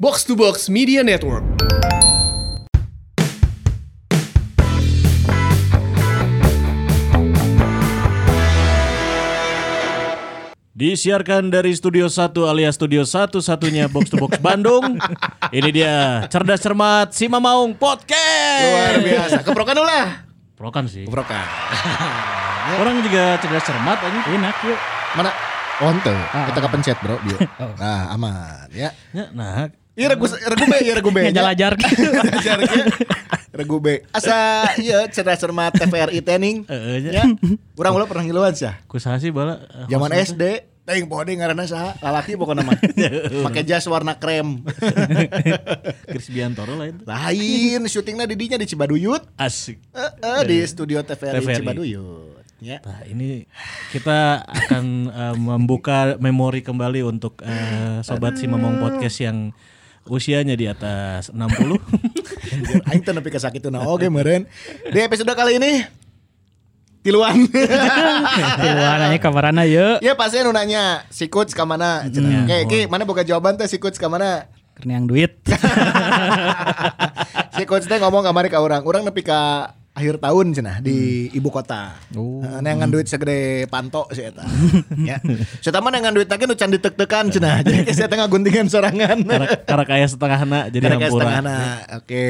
Box to Box Media Network. Disiarkan dari Studio 1 alias Studio 1 satunya Box to Box Bandung. Ini dia Cerdas Cermat Sima Maung Luar Podcast. biasa. Keprokan dulu lah. Prokan sih. Keprokan. Orang juga cerdas cermat aja. Iya, Enak yuk. Mana? Onte. Kita kepencet bro. Bio. Oh, Oh. Nah aman ya. Ya, nah, Iya regu regu B, iya regu B. Ngejar-ajar gitu. Jaraknya iya. regu B. Asa iya cerdas cermat TVRI tening. Eh, iya. Ya. Urang ulah pernah ngiluan sih. kusaha sih bala. eh, Zaman host- SD. Teuing pode ngaranna saha? Lalaki pokoknya mah. Pakai jas warna krem. Chris Biantoro lah itu. Lain syutingnya di dinya di Cibaduyut. Asik. Eh, eh, di studio TVRI, TVRI. Cibaduyut. Ya. Nah, ini kita akan eh, membuka memori kembali untuk eh, sobat si Mamong Podcast yang usianya di atas 60. Aing teu nepi ka sakituna oge meureun. Di episode kali ini tiluan. Warnanya kamarana yuk. ya pasti anu nanya, si coach ka mana? Oke, Ki, mana boga jawaban teh si coach ka mana? Karena yang duit. Si coach teh ngomong kamari ka urang, urang nepi ka akhir tahun cenah di ibu kota. Heeh, Nengan duit segede panto si eta. ya. Si eta mah nengan duit tagih nu can ditek-tekan cenah. Jadi si eta ngaguntingan sorangan. Karak, karak ayah setengah anak jadi Karena kayak hampura. setengah na. Oke.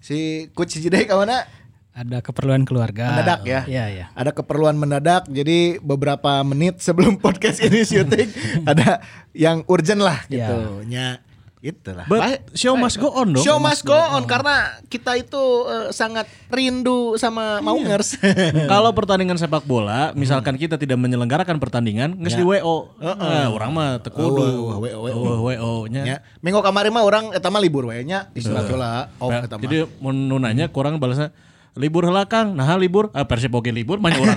Si coach si Jidai ka mana? Ada keperluan keluarga. mendadak ya. Iya, iya. Ada keperluan mendadak jadi beberapa menit sebelum podcast ini syuting ada yang urgent Iya. lah gitu. Ya. Itulah. Baik. But show must go on dong. Show must go on karena kita itu eh, sangat rindu sama Iya. Maungers. Kalau pertandingan sepak bola, misalkan kita tidak menyelenggarakan pertandingan, nggak di WO. Eh, orang mah tekudu. Ya. Oh, WO, WO. Oh, WO-nya. ya. Minggu kemarin mah orang eta mah libur we nya Iya. istirahat heula off Nah, eta mah. Jadi mau nanya kurang balasnya libur heula Kang. Nah, libur, ah, Persib oge libur banyak orang.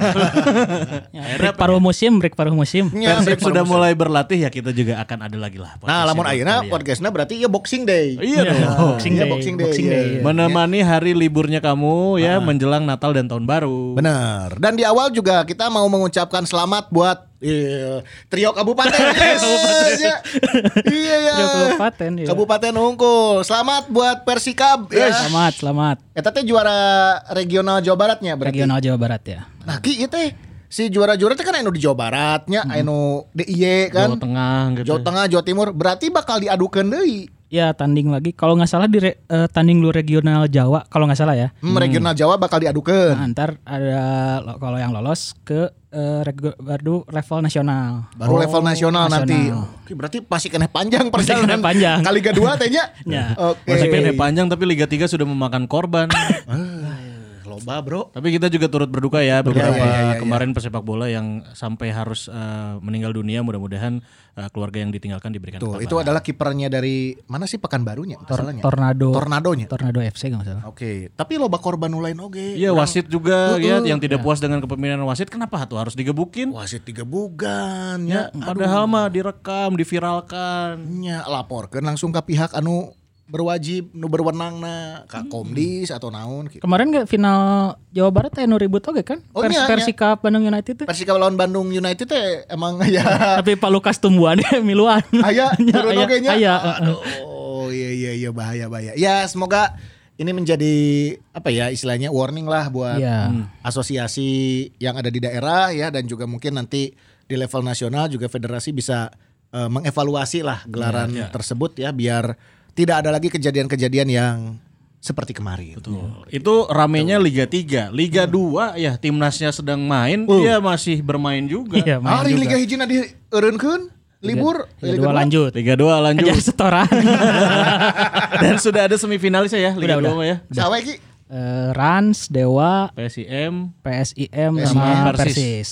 Akhirnya Break paruh musim, break paruh musim. Nya, Persib break sudah promosi. mulai berlatih ya kita juga akan ada lagi lah. Nah, podcastnya lamun buat ayeuna kalian. podcastnya berarti ya boxing day. Iya dong. Boxing Iya, Day, boxing day. Boxing iya. Day, iya. Menemani hari liburnya kamu ya menjelang Natal dan tahun baru. Benar. Dan di awal juga kita mau mengucapkan selamat buat eh, trio kabupaten. Yes, ya. Iya ya. Trio kabupaten, iya. Eh, Kabupaten Unggul. Selamat buat Persikab. Ya. Selamat, selamat. Eta teh juara regional Jawa Baratnya berarti. Regional Jawa Barat ya. Nah, ki ieu teh si juara-juara teh kan anu di Jawa Baratnya, Hmm. anu DIY kan. Jawa Tengah gitu. Jawa Tengah, Jawa Timur. Berarti bakal diadukeun deui. Ya tanding lagi. Kalau nggak salah di re- eh, tanding lu regional Jawa, kalau nggak salah ya. Hmm, regional Jawa bakal diadukeun. Nah, ntar ada lo- kalau yang lolos ke eh, regu- baru level nasional. Oh, Baru level Oh, nasional, nanti. nasional. Oke, berarti pasti kena panjang Pasti kena perjalanan. panjang. Kali kedua tehnya. Ya. Oke. Meskipun ya panjang tapi Liga 3 sudah memakan korban. Loba bro. Tapi kita juga turut berduka ya beberapa ya, ya, ya, kemarin pesepak bola yang sampai harus eh, meninggal dunia. Mudah-mudahan eh, keluarga yang ditinggalkan diberikan Tuh, kekuatan. itu adalah kipernya dari mana sih Pekanbarunya? Masalahnya. Tornado. Tornadonya. Tornado FC kalau nggak salah. Oke, tapi loba korban lain oge. Iya wasit juga Uh, ya uh. yang tidak puas dengan kepemimpinan wasit kenapa tuh harus digebukin? Wasit tiga bugan Ya, ya. padahal mah direkam, diviralkan. Nya laporkeun langsung ke pihak anu berwajib nu berwenangna ka Komdis atau naon gitu. Kemarin nggak final Jawa Barat teh nu ribut oke kan? Oh, Pers iya, iya. Persikap Bandung United teh. Persika lawan Bandung United teh emang ya Tapi palukas tumbuhan miluan. Iya, aya turun aya, oge nya. aya, Aduh, oh iya iya iya bahaya bahaya. Ya semoga ini menjadi apa ya istilahnya warning lah buat Iya. Hmm. asosiasi yang ada di daerah ya dan juga mungkin nanti di level nasional juga federasi bisa eh, mengevaluasi lah gelaran Iya, tersebut ya biar tidak ada lagi kejadian-kejadian yang seperti kemarin. Tuh, Itu ramenya Liga 3, Liga 2 ya timnasnya sedang main, dia masih bermain juga. Iya, main Hari juga. Ah, Liga Hiji di eureunkeun libur Liga dua lanjut. Liga 2 Iya, gitu. lanjut Ajar setoran. dan sudah ada semifinalis ya Liga 2 mah ya. Sawe ki Eh, Rans, Dewa, PSIM PSIM PSIM, sama Persis. Persis.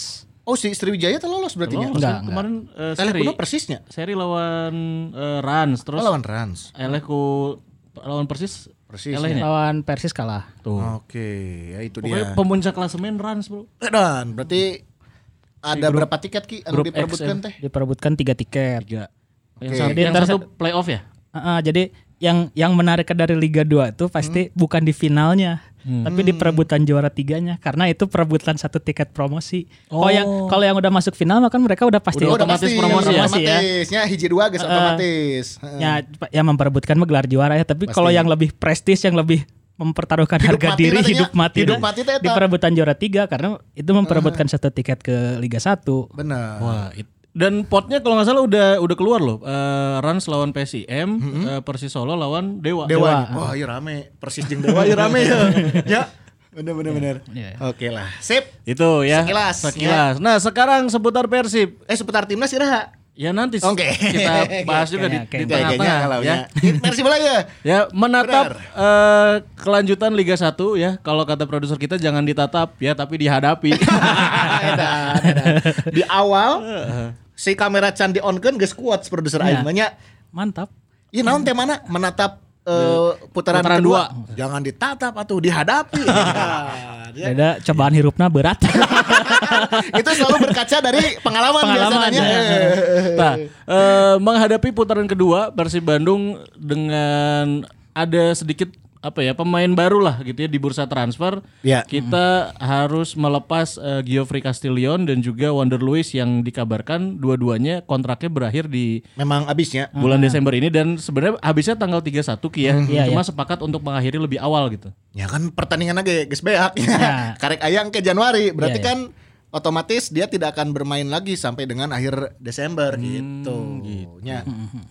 Oh si Sriwijaya telah lolos berarti nya. Lolos Enggak, ya, enggak. kemarin eh, Eleh seri kuno persisnya. seri lawan eh, Rans terus Oh, lawan Rans. Eleh ku lawan Persis Persis, Eleh nya. Lawan Persis kalah. Tuh. Oke, ya itu Pokoknya dia. Eh, pemuncak klasemen Rans, Bro. Dan berarti ada berapa tiket ki anu grup X, diperebutkan teh? Diperebutkan tiga Kan, tiket. Tiga. Yang, Oke. satu, Jadi yang ntar satu playoff ya? Hmm. Heeh, jadi yang yang menarik dari Liga 2 itu pasti bukan di finalnya. tapi di perebutan juara tiganya karena itu perebutan satu tiket promosi. Oh, yang kalau yang udah masuk final maka mereka udah pasti Udah otomatis promosi ya? Oh, otomatis ya. hiji dua guys otomatis. Heeh. ya yang memperebutkan mah gelar juara ya tapi Pasti. kalau yang lebih prestis yang lebih mempertaruhkan Hidup harga mati diri katanya. hidup mati Hidup dah. mati teh eta. di perebutan juara tiga karena itu memperebutkan satu tiket ke Liga 1 Bener. Wah, it- dan potnya kalau nggak salah udah udah keluar loh. Eh, Rans lawan PSIM, eh, Persis Solo lawan Dewa. Dewa. Wah, iya rame. Persis jeung Dewa ieu rame ya. ya. Bener bener bener. Iya. Oke lah. Sip. Itu ya. Sekilas, Sekilas. Nah, sekarang seputar Persib. Eh seputar timnas Gitu iraha? Ya nanti s- Oke. kita bahas juga di, Oke, di oke. tengah-tengah ya. Persib lah ya. Ya, menatap eh, kelanjutan Liga 1 ya. Kalau kata produser kita jangan ditatap ya, tapi dihadapi. Iya Edan, edan. Di awal si kamera candi onkeun geus kuat produser Iya. aing mah nya. mantap Ieu Iya, naon teh mana? Menatap eh, putaran, Putaran kedua. Jangan ditatap atuh dihadapi. Iya. Ya. ada cobaan hirupna berat Itu selalu berkaca dari pengalaman, Pengalaman, biasanya. ya. Eh. Nah, eh, menghadapi putaran kedua Persib Bandung dengan ada sedikit apa ya pemain baru lah gitu ya di bursa transfer. Ya. Kita harus melepas eh, Geoffrey Castillion dan juga Wander Luis yang dikabarkan dua-duanya kontraknya berakhir di Memang abisnya. bulan Desember ini dan sebenarnya habisnya tanggal 31 Ki ya. Ah. Iya, Cuma sepakat untuk mengakhiri lebih awal gitu. Ya kan pertandingan aja geus beak. Karek ayang ke Januari, berarti Ya, ya. kan otomatis dia tidak akan bermain lagi sampai dengan akhir Desember gitu. Nya.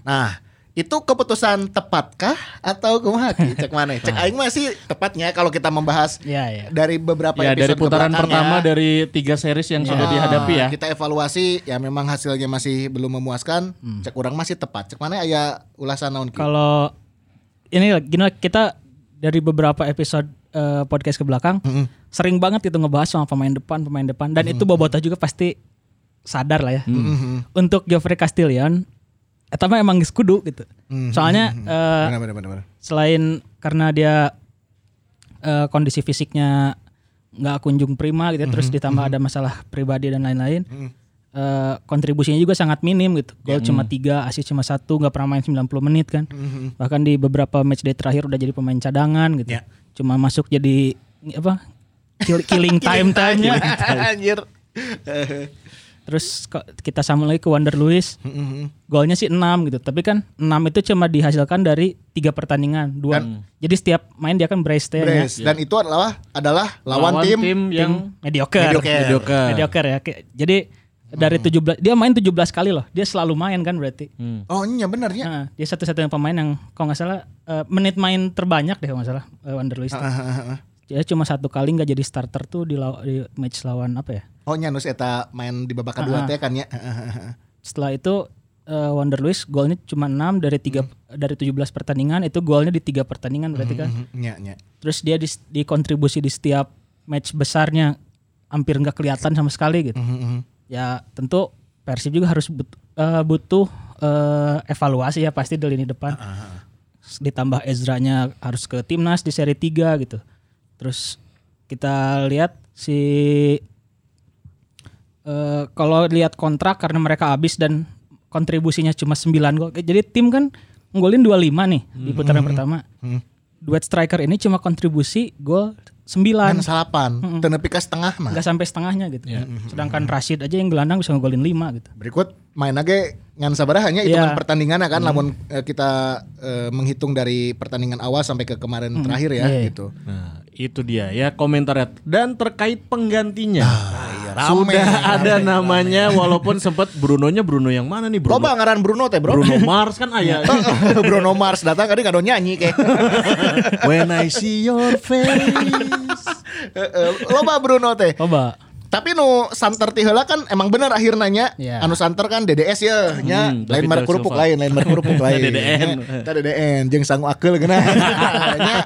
Nah, itu keputusan tepatkah atau kumaha Ki? cek mana? Cek aing masih tepatnya kalau kita membahas ya ya dari beberapa Ya dari episode putaran kebelakang pertama ya. dari tiga series yang sudah Ah, dihadapi ya. Kita evaluasi ya memang hasilnya masih belum memuaskan. Hmm. Cek kurang masih tepat. Cek mana aya ulasan naon Ki? kalau ini lah, gini lah, kita dari beberapa episode eh, podcast ke belakang sering banget itu ngebahas sama pemain depan pemain depan dan itu Bobotoh juga pasti sadar lah ya untuk Geoffrey Castillion eta mah emang geus kudu gitu soalnya eh, Benar benar benar, benar. selain karena dia eh, kondisi fisiknya nggak kunjung prima gitu ya, terus ditambah ada masalah pribadi dan lain-lain eh, kontribusinya juga sangat minim gitu gol cuma tiga asis cuma satu nggak pernah main 90 menit kan bahkan di beberapa match day terakhir udah jadi pemain cadangan gitu Ya. cuma masuk jadi apa kill- killing time timenya Anjir. terus ko- kita sambung lagi ke Wander Luis Mm-hmm. golnya sih 6 gitu tapi kan 6 itu cuma dihasilkan dari tiga pertandingan dua jadi setiap main dia kan brace teh ya. Brace. Dan itu adalah adalah lawan, tim, yang mediocre Mediocre. Mm-hmm. Mediocre. Mediocre ya Kayak- jadi dari 17 dia main 17 kali loh dia selalu main kan berarti Hmm. Oh iya benernya. Nah, dia satu-satunya pemain yang kalau nggak salah eh, menit main terbanyak deh kalau nggak salah eh, Wander Luis Ah, tuh. dia cuma satu kali nggak jadi starter tuh di, law- di match lawan apa ya Oh nya nus eta main di babak Ah, kedua teh kan ya. setelah itu eh, Wander Luis golnya cuma 6 dari tiga dari 17 pertandingan itu golnya di tiga pertandingan berarti kan Mhm, Nya nya. terus dia dis- dikontribusi di setiap match besarnya hampir nggak kelihatan sama sekali gitu ya tentu Persib juga harus but- eh, butuh eh, evaluasi ya pasti di lini depan Terus ditambah Ezra-nya harus ke timnas di seri 3 gitu terus kita lihat si eh, kalau lihat kontrak karena mereka habis dan kontribusinya cuma 9 gol. Jadi tim kan nggolin 25 nih di Hmm. putaran pertama. Duet striker ini cuma kontribusi gol Kan 9. Hmm, salapan, teu nepi ka setengah mah. Enggak sampai setengahnya gitu. Ya. Sedangkan Rashid aja yang gelandang bisa ngegolin 5 gitu. Berikut main aja ngan sabaraha nya itu Iya. pertandingan kan lamun eh, kita eh, menghitung dari pertandingan awal sampai ke kemarin terakhir ya Iya, iya. gitu. Nah, itu dia ya komentarnya. Dan terkait penggantinya. Ah, iya, rame, sudah ada namanya walaupun sempat Brunonya Bruno yang mana nih Bruno? Loba ngaran Bruno teh, Bro. Iya. Bruno Mars kan ayah. Bruno Mars datang kali kado nyanyi kayak. When I see your face. Eh, eh, Loba Bruno teh. Coba. Tapi nu santer ti heula kan emang bener akhir nanya Iya. anu santer kan DDS ya nya Hmm, David lain merek kerupuk Silva. lain lain merek kerupuk lain. DDN. Nya, Kita DDN jeung sangu akeul geuna. Nya,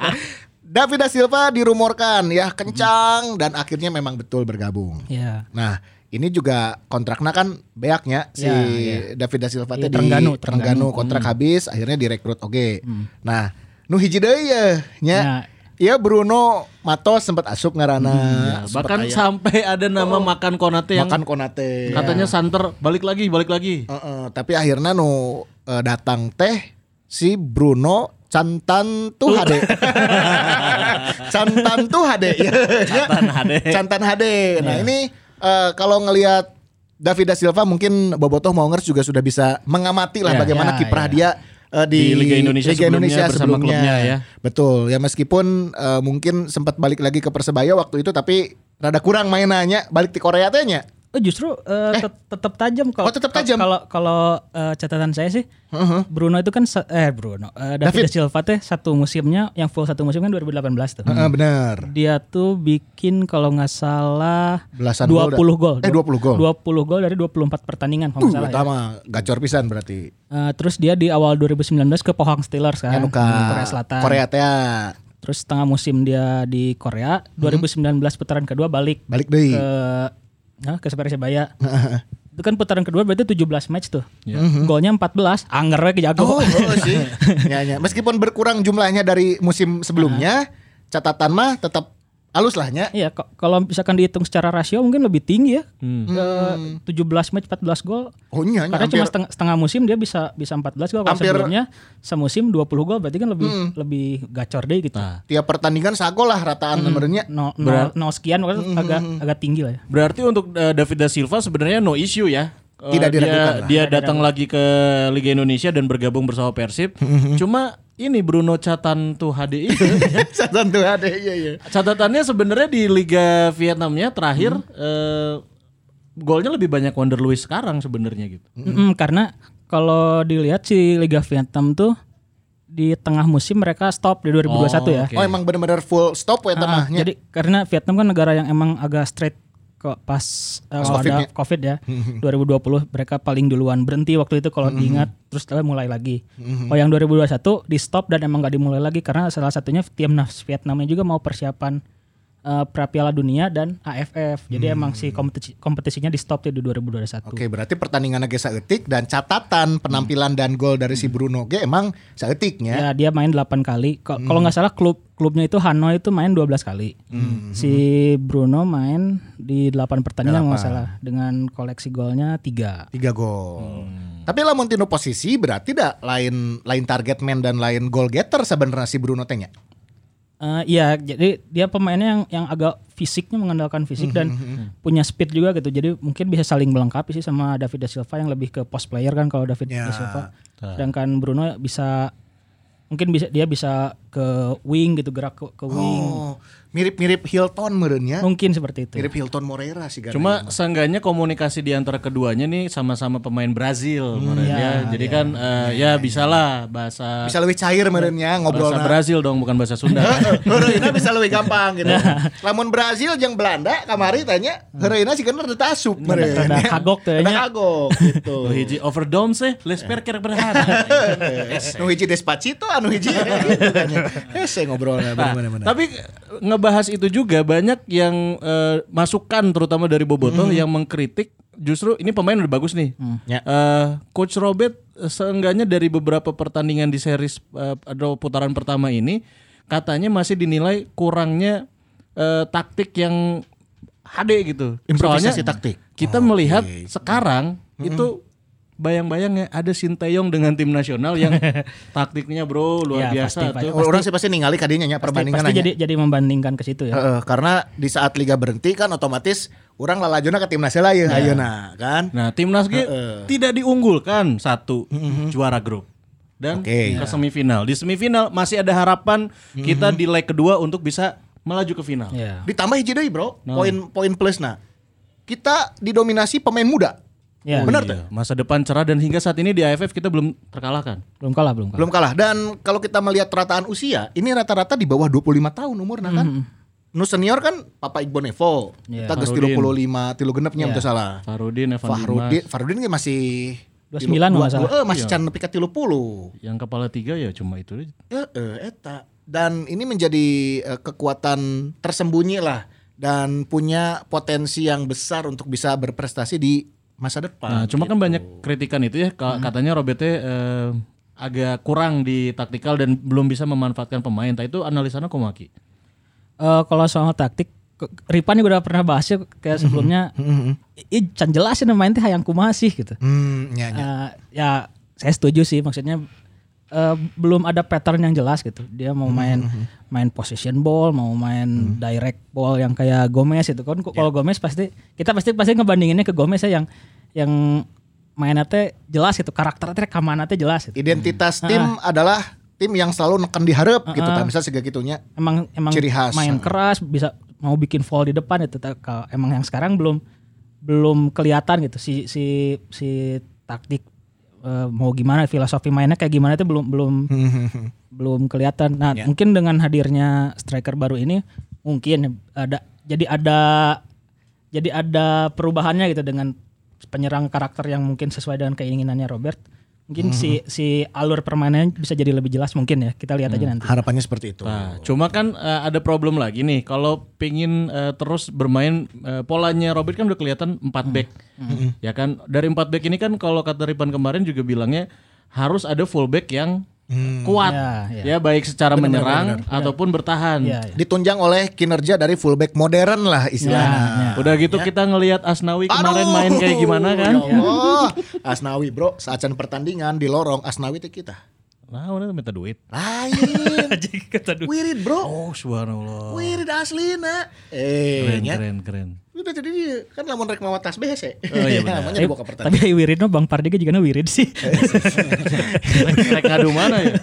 David da Silva dirumorkan ya kencang dan akhirnya memang betul bergabung. Ya. Nah, ini juga kontraknya kan beaknya si Ya, David da Silva teh di Iya, Terengganu, Hmm. Terengganu, kontrak habis akhirnya direkrut oge. Nah, nu hiji deui ya nya Nah. Iya Bruno Matos sempat asup ngarana Hmm, ya. sempat Nah, Bahkan aya. sampai ada nama makan Konate yang Oh. makan Iya. Oh. konate katanya santer balik lagi, balik lagi. Heeh, tapi akhirnya nu eh, datang teh si Bruno Cantan tuh HD. Cantan tuh HD. ya. Cantan Iya. HD. Cantan HD. Nah, ini eh, kalau ngelihat Davida Silva mungkin Bobotoh Maungers juga sudah bisa mengamati Ya, lah bagaimana ya, kiprah ya. dia eh, di, Di Liga Indonesia sebelumnya bersama klubnya, ya. Betul. Ya meskipun eh, mungkin sempat balik lagi ke Persebaya waktu itu tapi rada kurang mainannya balik di Korea teh nya. Oh justru eh, tet- tetap tajam kalau Oh, tetap tajam. Uh-huh. kalau kalau eh, catatan saya sih Bruno itu kan se- eh Bruno eh, David. David, Silva teh satu musimnya yang full satu musim kan 2018 tuh. Hmm. Heeh, bener. Dia tuh bikin kalau nggak salah Belasan gol 20 gol. dah. Eh, 20 gol. Uh, 20 gol dari 24 pertandingan kalau Tuh, nggak salah. ya. utama gacor pisan berarti. Eh, terus dia di awal 2019 ke Pohang Steelers kan Anu ka di Korea Selatan. Korea teh Terus setengah musim dia di Korea, Hmm. 2019 putaran kedua balik balik deui. ke nah, ke Persebaya. itu kan putaran kedua berarti 17 match tuh. Golnya 14, anger Hmm, we Oh, kejago. oh sih. Ya, ya. Meskipun berkurang jumlahnya dari musim sebelumnya, catatan mah tetap halus lah nya. Iya, ko- kalau misalkan dihitung secara rasio mungkin lebih tinggi ya. Hmm. Ke 17 match 14 gol. Oh iya, Karena hampir, cuma setengah, setengah musim dia bisa bisa 14 gol. Kalau Hampir- Hmm. sebelumnya semusim 20 gol berarti kan lebih lebih gacor deh gitu. Nah. tiap pertandingan sagol lah rataan Hmm. nomornya. No, no, Berat- no sekian pokoknya Hmm, agak agak tinggi lah ya. Berarti untuk uh, David da Silva sebenarnya no issue ya. Uh, Tidak dia, diragukan lah. dia datang lagi ke Liga Indonesia dan bergabung bersama Persib. Mhm. Cuma ini Bruno Catan tuh HD itu. Catatan tuh ada iya iya. Catatannya sebenarnya di Liga Vietnamnya terakhir Mhm. eh, golnya lebih banyak Wander Luis sekarang sebenarnya gitu. Hmm. Mm-mm, karena kalau dilihat si Liga Vietnam tuh di tengah musim mereka stop di 2021 ya. Oke. Oh emang benar-benar full stop ya Ah, tamahnya. jadi karena Vietnam kan negara yang emang agak straight kok pas eh, kalau ada COVID-nya. COVID ya. 2020 mereka paling duluan berhenti waktu itu kalau diingat terus setelah mulai lagi. Oh yang 2021 di stop dan emang gak dimulai lagi karena salah satunya timnas Vietnamnya juga mau persiapan eh, pra Piala Dunia dan AFF. Jadi emang si kompetisi kompetisinya di stop di 2021. Oke, berarti pertandingannya ge saeutik dan catatan penampilan dan gol dari Hmm. si Bruno ge emang saeutiknya. Ya, dia main 8 kali. Ko- Hmm. Kalau nggak salah klub klubnya itu Hanoi itu main 12 kali. Hmm. Si Bruno main di 8 pertandingan kalau nggak salah dengan koleksi golnya 3. Tiga gol. Hmm. Tapi lamun tinu posisi berarti da lain lain target man dan lain goal getter sebenarnya si Bruno teh nya. iya, jadi dia pemainnya yang yang agak fisiknya mengandalkan fisik dan Hmm, punya speed juga gitu. Jadi mungkin bisa saling melengkapi sih sama David da Silva yang lebih ke post player kan kalau David Ya. da Silva. Sedangkan Bruno bisa mungkin bisa dia bisa ke wing gitu gerak ke, ke wing. Oh, Oh, mirip-mirip Hilton meureun nya. Mungkin seperti itu. Mirip Hilton Moreira sih Garay. Cuma seenggaknya komunikasi di antara keduanya nih sama-sama pemain Mhm. Brazil Iya, menurut ya. Jadi kan eh, ya bisalah bahasa bisa lebih eh, cair merenya ngobrol bahasa Brazil dong bukan bahasa Sunda. Hereina bisa lebih gampang gitu. Lamun Brazil jeung Belanda kamari tanya hereina sih kan rada asup meureun. Rada Hmm. kagok tuh Rada nya. Oh, iya. kagok gitu. Tuh hiji overdome sih, lesper kira berharap. Nu hiji Despacito anu hiji gitu kan ya. Hese ngobrolna bener-bener. Tapi eh, ngebahas itu juga banyak yang eh, masukan terutama dari Boboto yang mengkritik justru ini pemain udah bagus nih. Ya. Eh, Coach Robert eh, seenggaknya dari beberapa pertandingan di series eh, atau putaran pertama ini katanya masih dinilai kurangnya eh, taktik yang HD gitu. Improvisasi taktik. Kita melihat sekarang itu bayang-bayangnya ada Sinteyong dengan tim nasional yang taktiknya bro luar Ya, biasa pasti, tuh. Orang sih pasti ningali kadinya nya pasti, perbandingan pasti aja. jadi jadi membandingkan ke situ ya. Heeh, karena di saat liga berhenti kan otomatis orang lalajona ke timnas lah ya ayeuna kan. Nah, timnas G tidak diunggulkan satu juara grup dan Mm-hmm. Oke. ke semifinal. Di semifinal masih ada harapan kita Mm-hmm. di leg kedua untuk bisa melaju ke final. Iya. Ya. Ditambah hiji deui bro, Nah. poin-poin plusna. nah. Kita didominasi pemain muda. Ya. Benar Iya, Masa depan cerah dan hingga saat ini di AFF kita belum terkalahkan. Belum kalah, belum kalah. Belum kalah. Dan kalau kita melihat rataan usia, ini rata-rata di bawah 25 tahun umurnya kan. Mm-hmm. Nu senior kan Papa Igbo Nevo. Iya. Kita geus 35, tilu Ya. genepnya yeah. salah. Farudin Evan Fahrudin, Dimas, Fahrudin ge masih 29 tilu- nggak salah. Iya. dua- eh, masih can nepi ka 30. yang kepala tiga ya cuma itu. aja. Eh, eh, eta. Dan ini menjadi eh, kekuatan tersembunyi lah dan punya potensi yang besar untuk bisa berprestasi di masa Nah, depan. cuma kan banyak kritikan itu ya Mm-hmm. ka- katanya Robete eh, agak kurang di taktikal dan belum bisa memanfaatkan pemain. Tah itu analisana Komaki. Eh, kalau soal taktik, ke- Ripan juga udah pernah bahas ya kayak sebelumnya. Ih, can jelasin main teh hayang kumaha sih gitu. Hmm, nya, nya. Eh, ya saya setuju sih maksudnya eh, belum ada pattern yang jelas gitu. Dia mau main main position ball, mau main direct ball yang kayak Gomez itu kan. Kalau Gomez pasti kita pasti pasti ngebandinginnya ke Gomez ya yang yang mainnya teh jelas gitu, karakternya teh rekamannya teh jelas gitu. Identitas Hmm. tim Ah. adalah tim yang selalu neken diharap gitu kan. Misal segala gitunya. Emang emang Ciri khas. ah. main keras bisa mau bikin foul di depan itu Ta- ka- emang yang sekarang belum belum kelihatan gitu si si si taktik eh, mau gimana filosofi mainnya kayak gimana itu belum belum belum kelihatan. Nah, Ya. mungkin dengan hadirnya striker baru ini mungkin ada jadi ada jadi ada perubahannya gitu dengan penyerang karakter yang mungkin sesuai dengan keinginannya Robert. Mungkin si Hmm. si alur permainannya bisa jadi lebih jelas mungkin ya. Kita lihat Hmm. aja nanti. Harapannya seperti itu. Nah, cuma kan eh, ada problem lagi nih. Kalau pingin eh, terus bermain eh, polanya Robert kan udah kelihatan 4 back. Ya kan? Dari 4 back ini kan kalau kata Ripan kemarin juga bilangnya harus ada fullback yang kuat. Ya, Ya, baik secara menyerang ataupun bertahan. Ya, ya. Ditunjang oleh kinerja dari fullback modern lah istilahnya. Udah gitu kita ngelihat Asnawi kemarin main kayak gimana kan? Ya Allah. Asnawi bro, saat can pertandingan di lorong Asnawi itu kita. Nah, udah minta duit. Lain. Jadi kata dulu. Wirid bro. Oh, subhanallah. Wirid aslina. Eh, Keren, nya. keren, keren. Udah jadi dia, kan lamun rek mawa tas bese. Oh, iya benar. Namanya Tapi, dibawa ke pertandingan. tapi Wirid mah Bang Pardi juga Wirid sih. Rek- Rek ngadu mana ya?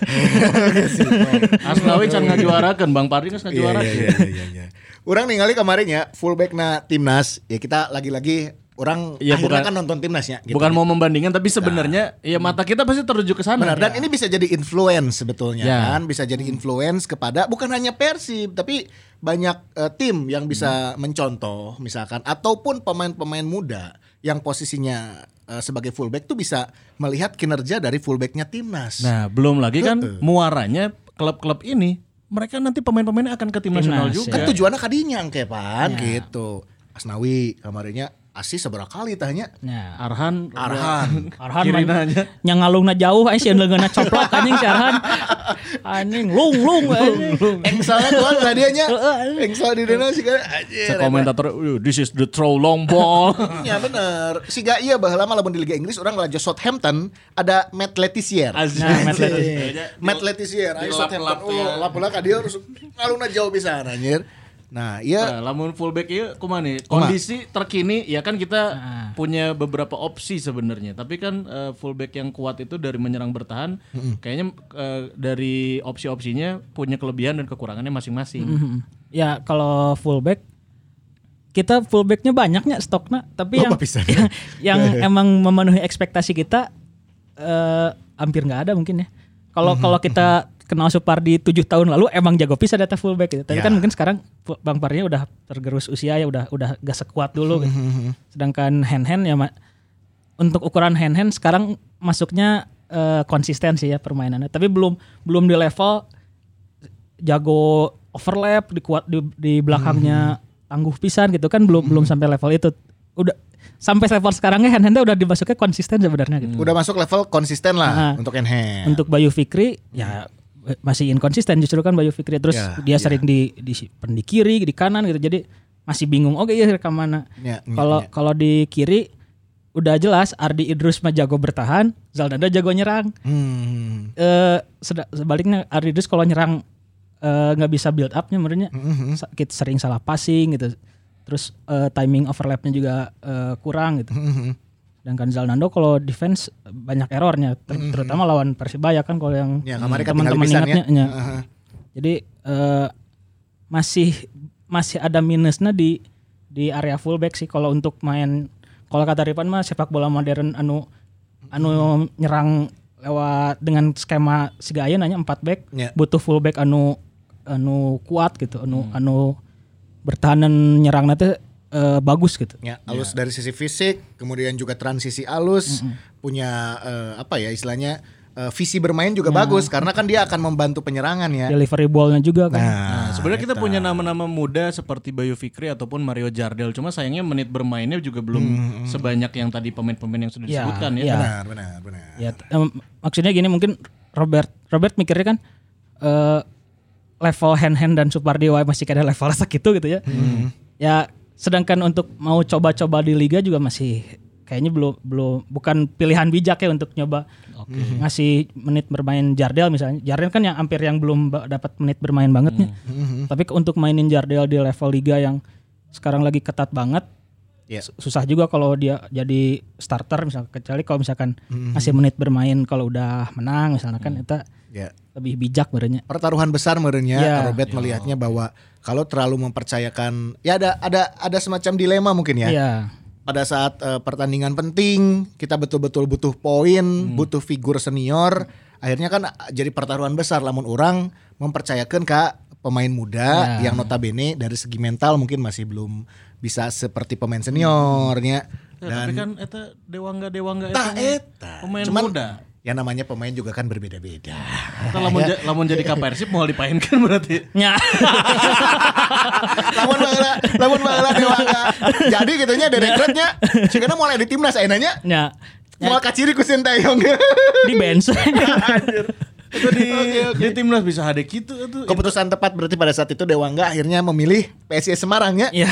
Asnawi can ngajuarakeun, Bang Pardi kan geus ngajuarakeun. Iya, iya, iya, iya. Orang ningali kemarin ya fullback na timnas ya kita lagi-lagi orang Iya, akhirnya bukan- kan nonton timnasnya. Gitu. Bukan mau membandingkan tapi sebenarnya ya mata kita pasti tertuju ke sana. Benar dan ini bisa jadi influence sebetulnya Ya. kan bisa jadi influence kepada bukan hanya Persib tapi banyak eh, tim yang bisa Hmm. mencontoh misalkan ataupun pemain-pemain muda yang posisinya eh, sebagai fullback tuh bisa melihat kinerja dari fullbacknya timnas. Nah, belum lagi kan muaranya klub-klub ini mereka nanti pemain-pemainnya akan ke tim nasional Timnas, juga. kan tujuannya kadinya engke pan gitu. Asnawi kemarinnya asis seberapa kali tanya Iya. Nah, Arhan Arhan. Arhan Kiri main- nanya. yang ngalungna jauh aing sieun leungeunna coplok anjing si Arhan. Anjing lung lung anjing. Engsalnya keluar lah dia nya. Engsal di dana sih kan. Anjir. sekomentator iya. "Uy, this is the throw long ball. Ya bener. Siga iya bah lama lamun di Liga Inggris orang lawan Southampton ada Matt Letizier. Azim. Nah, Matt Letizier. Matt Letizier ayo Southampton. Oh, lapola ka dia harus ngalungna jauh bisa anjir. Nah, iya Nah, lamun fullback ieu kumaha nih? Kondisi terkini ya kan kita Nah. punya beberapa opsi sebenarnya. Tapi kan eh, fullback yang kuat itu dari menyerang bertahan kayaknya eh, dari opsi-opsinya punya kelebihan dan kekurangannya masing-masing. Ya kalau fullback kita fullbacknya banyaknya stoknya tapi yang yang, emang memenuhi ekspektasi kita eh, hampir nggak ada mungkin ya. Kalau kalau kita kenal Supardi tujuh tahun lalu emang jago pisah data fullback gitu. Tapi kan mungkin sekarang fu- Bang Pardinya udah tergerus usia ya udah udah gak sekuat dulu gitu. Sedangkan hand hand ya Ma- untuk ukuran hand hand sekarang masuknya eh, konsisten sih ya permainannya. Tapi belum belum di level jago overlap di kuat di, di belakangnya Hmm. tangguh pisan gitu kan belum belum sampai level itu udah sampai level sekarangnya hand hand udah dimasuknya konsisten sebenarnya gitu udah masuk level konsisten lah Ah. untuk enhance. untuk Bayu Fikri ya eh, masih inkonsisten justru kan Bayu Fikri terus Ya, dia sering di di pen- di kiri di kanan gitu jadi masih bingung oke iya rekam mana Ya, ya, kalau kalau di kiri udah jelas Ardi Idrus mah jago bertahan Zaldada jago nyerang Hmm. eh seda- sebaliknya Aridus kalau nyerang eh, nggak bisa build upnya menurutnya Mm-hmm. sakit sering salah passing gitu terus eh, timing overlapnya juga eh, kurang gitu Mm-hmm. sedangkan Zalnando kalau defense banyak errornya ter- terutama lawan Persibaya kan kalau yang Mm-hmm. Ya, kemarin kan teman-teman tinggal ingatnya pisan ya. ya. Aha. jadi eh, masih masih ada minusnya di di area fullback sih kalau untuk main kalau kata Ripan mah sepak bola modern anu anu nyerang lewat dengan skema Sigaya nanya 4 back Ya. butuh fullback anu anu kuat gitu anu Hmm. anu bertahanan nyerang nanti bagus gitu Ya, alus dari sisi fisik, kemudian juga transisi alus, punya eh, apa ya istilahnya eh, visi bermain juga bagus karena kan dia akan membantu penyerangan ya. delivery ballnya juga kan Nah, sebenarnya kita punya nama-nama muda seperti Bayu Fikri ataupun Mario Jardel. Cuma sayangnya menit bermainnya juga belum sebanyak yang tadi pemain-pemain yang sudah Ya, disebutkan Hmm, ya. ya. Benar, benar, benar. Ya, t- em, maksudnya gini mungkin Robert Robert mikirnya kan eh, level hand hand dan Supardi wae masih kada level gitu segitu gitu ya. Ya sedangkan untuk mau coba-coba di liga juga masih kayaknya belum belum bukan pilihan bijak ya untuk nyoba ngasih menit bermain Jardel misalnya. Jardel kan yang hampir yang belum ba- dapat menit bermain banget nih. Tapi ke- untuk mainin Jardel di level liga yang sekarang lagi ketat banget Ya. Iya. su- susah juga kalau dia jadi starter misalnya kecuali kalau misalkan Hmm. ngasih menit bermain kalau udah menang misalnya kan itu Ya. lebih bijak barunya. pertaruhan besar merenya Ya. Robert melihatnya bahwa kalau terlalu mempercayakan ya ada ada ada semacam dilema mungkin ya. Iya. Pada saat eh, pertandingan penting kita betul-betul butuh poin, Hmm. butuh figur senior, akhirnya kan ah, jadi pertaruhan besar lamun orang mempercayakan ke pemain muda Ya. yang notabene dari segi mental mungkin masih belum bisa seperti pemain seniornya dan tapi kan eta dewangga dewangga Tah, Ya, eta. pemain Cuman- muda. ya namanya pemain juga kan berbeda-beda. Eta lamun ja- lamun jadi kapersib mau dipainkan berarti. Ya. lamun baheula lamun baheula dewangga jadi gitunya dari Ya. rekrutnya cigana mulai di timnas enanya ya. moal kaciri ku Sintayong Di bench. Itu di di timnas bisa hade kitu itu. keputusan tepat berarti pada saat itu dewangga akhirnya memilih PSIS Semarang ya Iya.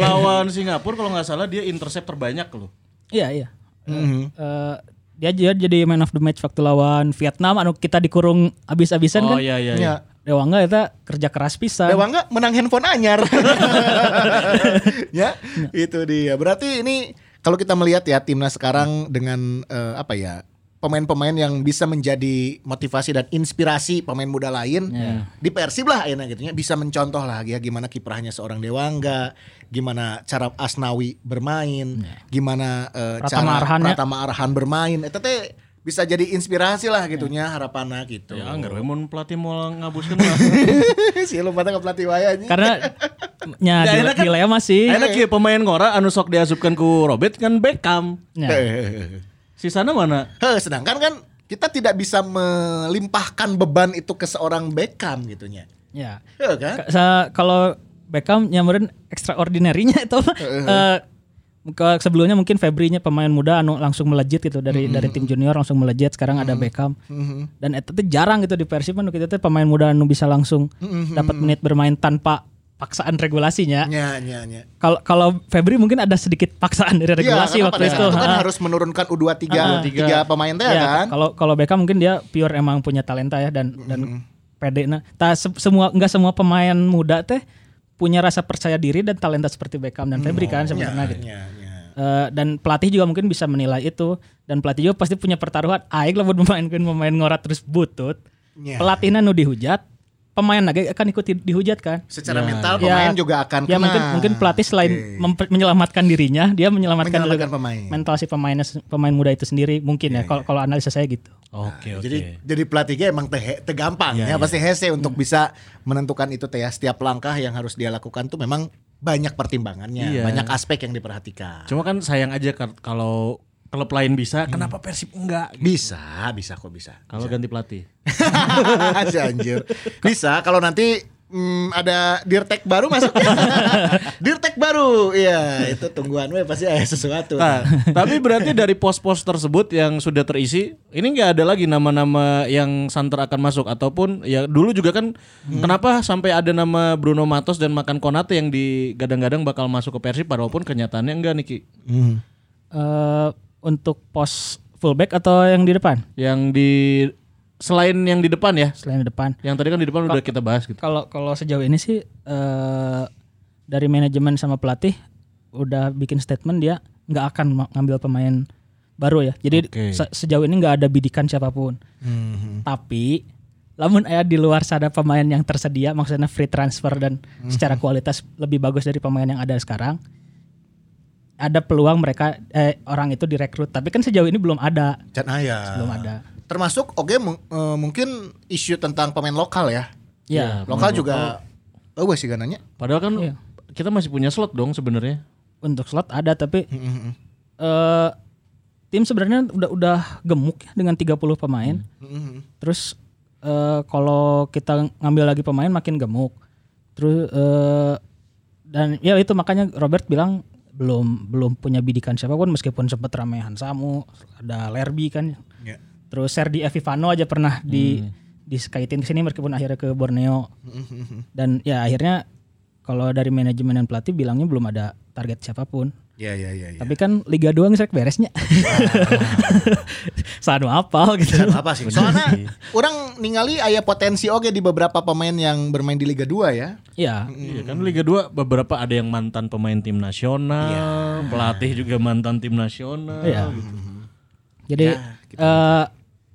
lawan Singapura kalau nggak salah dia intercept terbanyak loh. Iya, iya. Hmm. Eh, dia dia jadi man of the match waktu lawan Vietnam anu kita dikurung abis-abisan kan. Oh iya iya. iya. Ya. Dewangga itu kerja keras pisan. Dewangga menang handphone anyar ya itu dia berarti ini kalau kita melihat ya timnas sekarang dengan eh, apa ya pemain-pemain yang bisa menjadi motivasi dan inspirasi pemain muda lain Ya. di Persib lah akhirnya gitu ya. bisa mencontoh lah ya gimana kiprahnya seorang Dewangga gimana cara Asnawi bermain gimana eh, Ya. Pratama cara Arhan ya. Pratama Arhan bermain itu teh bisa jadi inspirasi lah Ya. gitunya harapannya gitu Ya anggar we mun pelatih mau ngabuskeun mah. si lupa ke pelatih waya anjing. Karena Ya, nya di, enak kan? dilema sih. Enak ya pemain ngora anu sok diasupkan ku Robert kan Beckham. Ya. eh, Sisana mana? Heh, sedangkan kan kita tidak bisa melimpahkan beban itu ke seorang Beckham gitunya. ya. Heh, kan? Ka- sa- Kalau Beckham nyamarin extraordinary-nya itu eh, ke- sebelumnya mungkin Febri-nya pemain muda anu langsung melejit gitu dari dari tim junior langsung melejit sekarang ada Beckham. Dan itu tuh jarang gitu di Persib anu kita tuh pemain muda anu bisa langsung dapat menit bermain tanpa paksaan regulasinya. Nya, nya, nya. Kalau kalau Febri mungkin ada sedikit paksaan dari regulasi Iya, karena waktu pada itu. ah, saat kan Ha. Ah, harus menurunkan U23 tiga pemain teh Iya, kan. Kalau kalau Beckham mungkin dia pure emang punya talenta ya dan dan pede nah. Ta, se- semua nggak semua pemain muda teh punya rasa percaya diri dan talenta seperti Beckham dan Febri kan sebenarnya gitu. Nya, nya. Eh, dan pelatih juga mungkin bisa menilai itu dan pelatih juga pasti punya pertaruhan aik lah buat memainkan pemain ngora terus butut Iya. pelatihnya nu dihujat pemain lagi akan ikut di- dihujat kan Secara Iya. mental pemain juga akan ya kena. mungkin mungkin pelatih selain memper- menyelamatkan dirinya dia menyelamatkan, Menyelamatkan juga pemain. Iya, mental si pemainnya se- pemain muda itu sendiri mungkin ya kalau kalau analisa saya gitu Oke Iya, Jadi jadi pelatih ge emang teh teh gampang ya, pasti hese untuk bisa menentukan itu teh ya. Setiap langkah yang harus dia lakukan tuh memang banyak pertimbangannya, Iya. banyak aspek yang diperhatikan. Cuma kan sayang aja kar- kalau klub lain bisa, kenapa Persib enggak? gitu. Bisa, bisa kok bisa. Hmm. Kalau ganti pelatih. si anjir. Bisa kalau nanti mm, ada dirtek baru masuk. dirtek baru. Iya, itu tungguan we pasti ada sesuatu. Nah, tapi berarti dari pos-pos tersebut yang sudah terisi, ini nggak ada lagi nama-nama yang santer akan masuk ataupun ya dulu juga kan kenapa sampai ada nama Bruno Matos dan Makan Konate yang digadang-gadang bakal masuk ke Persib padahal pun kenyataannya enggak Niki. Hmm. Eh, untuk pos fullback atau yang di depan Yang di selain yang di depan ya, selain di depan yang tadi kan di depan udah kita bahas gitu. kalau kalau sejauh ini sih eh dari manajemen sama pelatih udah bikin statement dia nggak akan ma- ngambil pemain baru ya jadi Oke. se- sejauh ini nggak ada bidikan siapapun tapi lamun aya di luar sana pemain yang tersedia maksudnya free transfer dan secara kualitas lebih bagus dari pemain yang ada sekarang ada peluang mereka eh, orang itu direkrut tapi kan sejauh ini belum ada Can aya. belum ada Termasuk oke mu- eh, mungkin isu tentang pemain lokal ya. ya Lokal juga Oh, sih gak nanya. Padahal kan Iya. kita masih punya slot dong sebenarnya. untuk slot ada tapi eh tim sebenarnya udah udah gemuk ya dengan 30 pemain. Hmm. Terus eh kalau kita ngambil lagi pemain makin gemuk. Terus eh dan ya itu makanya Robert bilang belum belum punya bidikan siapapun meskipun sempat ramai Hansamu, ada Lerby kan. Ya. Terus Serdi Evivano aja pernah di disekaitin ke sini meskipun akhirnya ke Borneo. Dan ya akhirnya kalau dari manajemen dan pelatih bilangnya belum ada target siapapun. Iya iya iya. Tapi kan liga doang sek beresnya. Sanu apal gitu. Apa sih? Soalnya orang ningali ayah potensi oke di beberapa pemain yang bermain di Liga 2 ya. Iya. Iya kan Liga 2 beberapa ada yang mantan pemain tim nasional, Iya. pelatih juga mantan tim nasional. Iya. gitu. Ya, Jadi eh,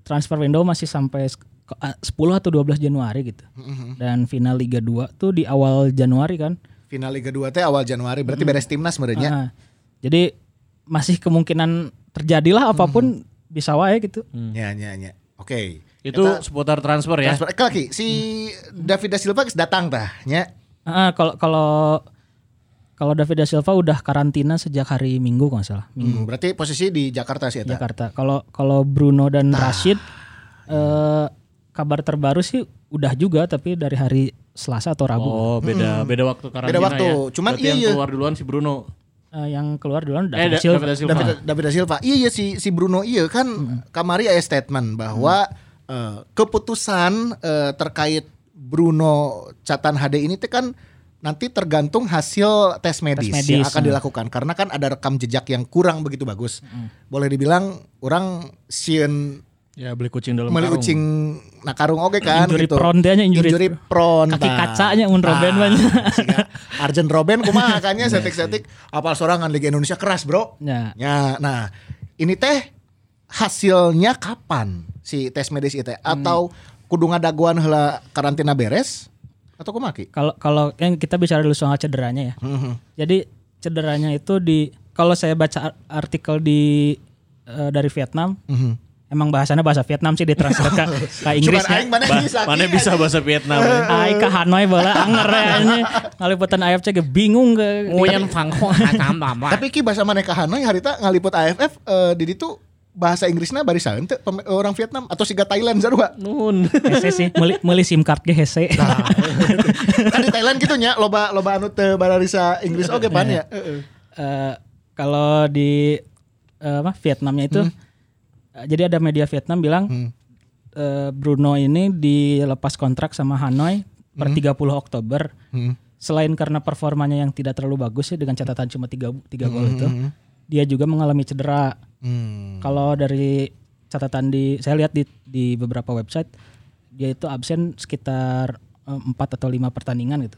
transfer window masih sampai sek- ke- eh, 10 atau 12 Januari gitu. Mm-hmm. Dan final Liga 2 tuh di awal Januari kan. Final Liga 2 teh awal Januari berarti beres timnas ya. merenya. Ah, jadi masih kemungkinan terjadilah Mm-hmm. apapun bisa wae gitu. Mm. Ya ya ya. Oke. Itu seputar transfer ya. Transfer eh, lagi si David da Silva geus datang tah nya. Ah, kalau kalau kalau David da Silva udah karantina sejak hari Minggu kalau nggak salah, Minggu Hmm, Berarti posisi di Jakarta sih ya, Ya. eta. Jakarta. Kalau kalau Bruno dan Nah, Rashid iya. eh, kabar terbaru sih udah juga tapi dari hari Selasa atau Rabu Oh, beda beda waktu karantina Beda waktu. ya. Cuman Berarti iya, yang iya. keluar duluan si Bruno. Eh, yang keluar duluan eh, David da Da- Silva. David da Silva. David, David da Silva. Iya iya si si Bruno iya kan kamari aya statement bahwa eh, keputusan eh, terkait Bruno catatan HD ini teh kan nanti tergantung hasil tes medis, medis, yang akan nah. dilakukan karena kan ada rekam jejak yang kurang begitu bagus. Boleh dibilang orang sieun Ya beli kucing dalam meli karung. ucing na karung oke kan Injury gitu. prone dia nya, injury- Injury prone kaki tah. kacanya mun Iya, Tah, Robben mah nya. siga. Arjen Robben kumaha kan nya setik-setik apal sorangan Liga Indonesia keras bro Ya. ya nah ini teh hasilnya kapan si tes medis itu Hmm. atau kudu ngadaguan heula karantina beres atau kumaki Kalau kalau yang kita bicara dulu soal cederanya ya. Jadi cederanya itu di kalau saya baca ar- artikel di eh, dari Vietnam emang bahasanya bahasa Vietnam sih ditranslate ke, ke Inggris Mhm. Cuman aing ya. mana Bah- bisa mana bisa bahasa Vietnam? Ai ke Hanoi bola anger ya ini. Ngaliputan AFC ge bingung ke Ah, tapi ki bahasa mana ke Hanoi harita ngaliput AFF eh, di ditu bahasa Inggrisnya barisan teu pem- orang Vietnam atau siga Thailand sarua Nun. hese sih meuli meuli SIM card ge hese. Nah. kan di Thailand gitu nya loba loba anu teu bararisa Inggris oge pan ya Heeh. Eh, kalau di eh, apa Vietnamnya itu eh, jadi ada media Vietnam bilang eh, Bruno ini dilepas kontrak sama Hanoi per 30 Oktober. Selain karena performanya yang tidak terlalu bagus ya dengan catatan cuma 3 tiga gol itu, dia juga mengalami cedera. Kalau dari catatan di saya lihat di di beberapa website dia itu absen sekitar eh, empat atau lima pertandingan gitu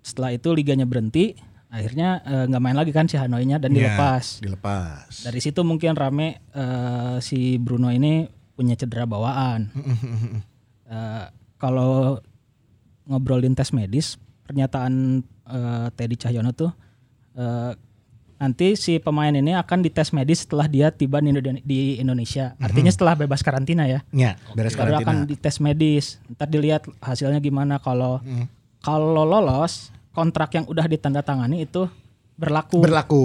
setelah itu liganya berhenti akhirnya eh, nggak main lagi kan si Hanoinya dan dilepas dilepas dari situ mungkin rame eh, si Bruno ini punya cedera bawaan Eh, kalau ngobrolin tes medis pernyataan eh, Teddy Cahyono tuh eh, nanti si pemain ini akan dites medis setelah dia tiba di Indo- di Indonesia artinya setelah bebas karantina ya Ya, beres baru karantina. akan dites medis. Ntar dilihat hasilnya gimana kalau Hmm. kalau lolos kontrak yang udah ditandatangani itu berlaku. Berlaku.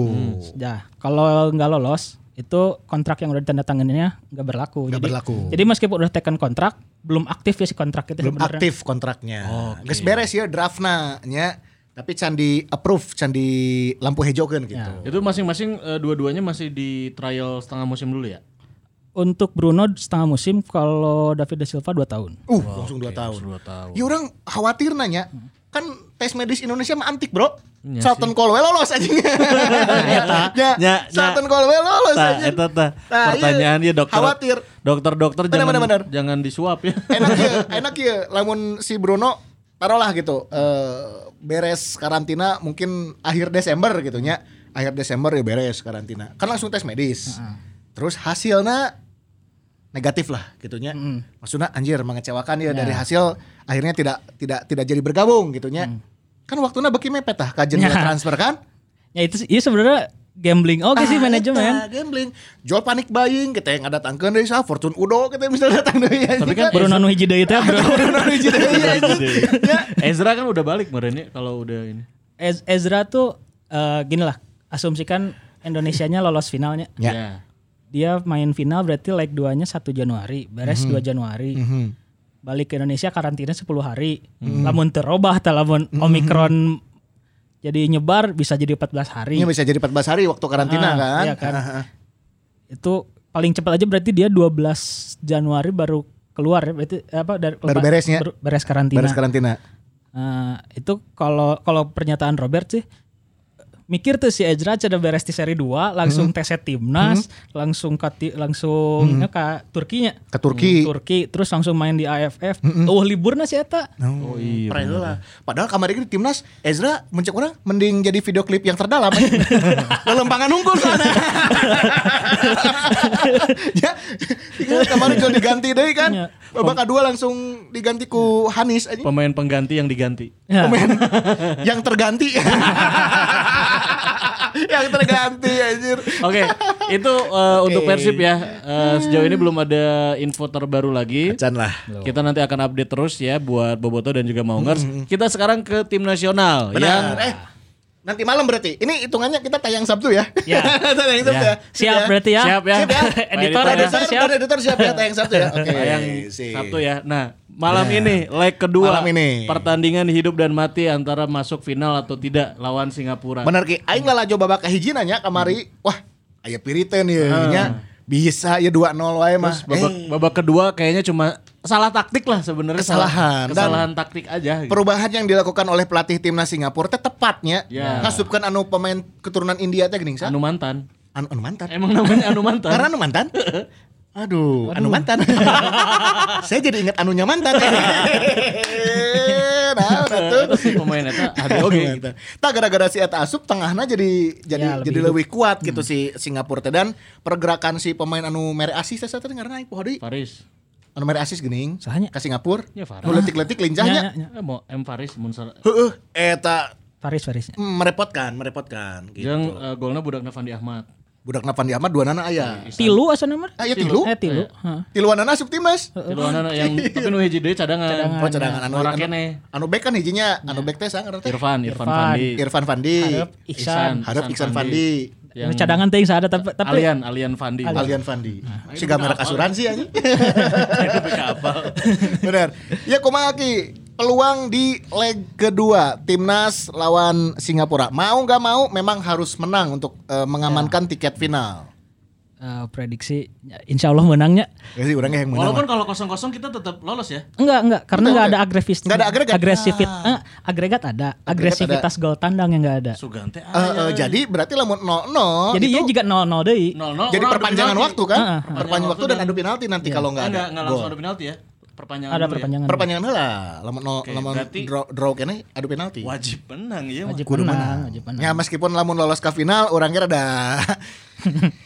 Ya, kalau nggak lolos itu kontrak yang udah ditandatanganinya nggak berlaku. Nggak berlaku. Jadi meskipun udah tekan kontrak, belum aktif ya si kontrak itu Belum sebenarnya. aktif kontraknya. Geus beres ya draftna nya. Tapi can di approve, can di lampu hejokeun gitu. Itu masing-masing eh, dua-duanya masih di trial setengah musim dulu ya? Untuk Bruno setengah musim, kalau David da Silva 2 tahun. Uh, langsung 2 tahun. Dua tahun. Ya orang khawatir nanya, kan tes medis Indonesia mah antik, Bro. Charlton Colwell lolos aja. Iya nya, nya. Ya, Charlton Colwell lolos Tah, aja. eta tah. Tah, Pertanyaan dia iya. dokter. Khawatir. Dokter-dokter Benar, jangan benar, benar. jangan disuap ya. enak ya, enak ya. Lamun si Bruno taruhlah gitu eh, beres karantina mungkin akhir Desember gitu nya. Akhir Desember ya beres karantina. Kan langsung tes medis. Terus hasilnya negatif lah gitunya. Maksudnya anjir mengecewakan Iya. ya dari hasil akhirnya tidak tidak tidak jadi bergabung gitunya. Kan waktunya beki mepet tah kajen Mm. Ya. transfer kan? Ya itu sih- iya sebenarnya gambling. Oke sih Ah, manajemen. eta, gambling. Jual panik buying kita yang ada tangkeun deui sa Fortune Udo kita bisa datang deui. Tapi kan Bruno ya, nu hiji deui teh, Bro. Bruno nu hiji deui, Iya, anjing. Ya. Ezra kan udah balik kemarin ya kalau udah ini. Ez- Ezra tuh eh, gini lah, asumsikan Indonesianya lolos finalnya. Ya. dia main final berarti leg 2-nya 1 Januari, beres Mhm. 2 Januari. Balik ke Indonesia karantina 10 hari. Mhm. Lamun terobah tah lamun Omikron jadi nyebar bisa jadi 14 hari. Ini bisa jadi 14 hari waktu Iya, karantina Ah, kan? iya kan. Itu paling cepat aja berarti dia 12 Januari baru keluar ya berarti apa dari Baru beresnya. baru beres karantina. Beres karantina. Eh, itu kalau kalau pernyataan Robert sih mikir tuh si Ezra ceda beres di seri 2 langsung tes timnas langsung ke ti- langsung ya, ke Turki nya Ke Turki. Turki terus langsung main di AFF oh liburna sih eta Oh, iya. lah. Padahal kemarin di timnas Ezra mencek orang mending jadi video klip yang terdalam. Lelempangan unggul soalnya. ya, ya, kemarin juga diganti deh kan. Iya. Babak kedua langsung diganti ku Hanis aja. Pemain pengganti yang diganti. Ya. Pemain yang terganti. yang terganti anjir. Oke, itu eh, untuk Persib ya. Eh, sejauh ini belum ada info terbaru lagi. Can lah. Kita nanti akan update terus ya buat Boboto dan juga Maungers. Kita sekarang ke tim nasional ya. yang Mm-hmm. Benar. Eh, nanti malam berarti. Ini hitungannya kita tayang Sabtu ya. Ya. tayang Sabtu Ya. ya. siap berarti ya Siap ya. Siap ya. editor Editor, editor siap Editor, editor siap ya tayang Sabtu ya. Oke. tayang sip. Sabtu ya. Nah, malam ini leg kedua Iya. Malam ini. pertandingan hidup dan mati antara masuk final atau tidak lawan Singapura. Bener ki, aing lah coba babak kahiji nanya kamari. Hmm. Wah, aya piriteun ya. nya. Bisa ya 2-0 wae mah. Terus babak, Eh, babak kedua kayaknya cuma salah taktik lah sebenarnya salah- Kesalahan. Dan- kesalahan taktik aja gitu. perubahan yang dilakukan oleh pelatih timnas Singapura teh tepatnya Ya. ngasupkeun anu pemain keturunan India teh geuning sa. Anu mantan. Anu, anu mantan. Emang namanya Anu mantan. Karena anu mantan. Aduh, anu mantan. Saya jadi ingat anunya mantan. nah, nah tuh. Terus si pemain eta ada oke gitu. Tak gara-gara si Eta Asup tengahnya jadi jadi Ya, lebih jadi lebih kuat gitu si Singapura teh dan pergerakan si pemain anu mere asis teh teh karena ieu deui. Faris. Anu mere asis geuning Sahanya? ke Singapura. Ya, Farah. Nu leutik-leutik linjahnya. Ya, ya, ya. Eh, mau M Faris mun sar- Heueuh, eta Faris Faris ya. mm, merepotkan, merepotkan gitu. jeung eh, golna budakna Fandi Ahmad. Budakna Fandi Ahmad dua nana aya. tilu asa nomor Aya tilu. eh tilu Heeh. Tiluan nana Asup Timas. Tiluanana yang tapi nu hiji deui cadangan. Oh cadangan anu Ora anu, kene. anu back kan hijinya, anu Ya. back teh sangar teh. Irfan, Irfan Irfan. Fandi. Irfan Fandi, Harap Iksan Harap Iya. Iksan Fandi, Yang cadangan teuing ada tapi tapi Alian, Alian Fandi. Alian Fandi. Siga merek asuransi anjing. Kapal. Benar. Ya Komaki, peluang di leg kedua timnas lawan Singapura. Mau nggak mau memang harus menang untuk eh, mengamankan tiket final. eh, prediksi ya, insya Allah menangnya Ya sih orangnya yang menang. Walaupun kalau kosong-kosong kita tetap lolos ya. Enggak, enggak, karena enggak ada agresif. Nggak ada agregat. Agresifit, eh, agregat ada. Agresivitas gol tandang yang enggak ada. Sugante ah, Eh, eh, jadi berarti lamun 0-0 Jadi Oh, iya itu dia juga 0-0 deui. 0-0. jadi orang adu perpanjangan oh, penalti. waktu kan? Ah, ah, ah. Perpanjangan waktu dan adu penalti nanti kalau Iya. nggak Eh, ada. Enggak, enggak gol. langsung adu penalti ya. Perpanjangan Ada dulu ya. perpanjangan. Perpanjangan lah, lamun no, lamun berarti- draw, draw kene adu penalti. Wajib menang ya. Wajib Kudu menang, menang. wajib menang. Ya meskipun lamun lolos ke final orangnya rada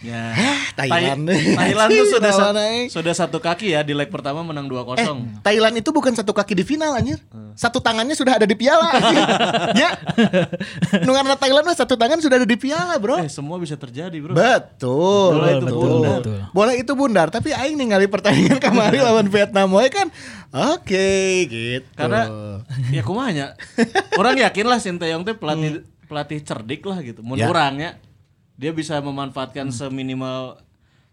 Ya. Thailand. Tai- Thailand tuh sudah sa- Thailand, eh. sudah satu kaki ya di leg pertama menang 2-0. Eh, Thailand itu bukan satu kaki di final anjir. Satu tangannya sudah ada di piala. anjir. ya. Nu karena Thailand mah satu tangan sudah ada di piala, Bro. Eh, semua bisa terjadi, Bro. Betul, Bola itu bundar. Bola itu bundar, tapi aing ningali pertandingan kemarin lawan Vietnam we kan. Oke, gitu. Karena ya kumaha nya. Orang yakin lah Sinteyong teh Hmm. pelatih pelatih cerdik lah gitu. Mun Ya. orangnya dia bisa memanfaatkan Hmm. seminimal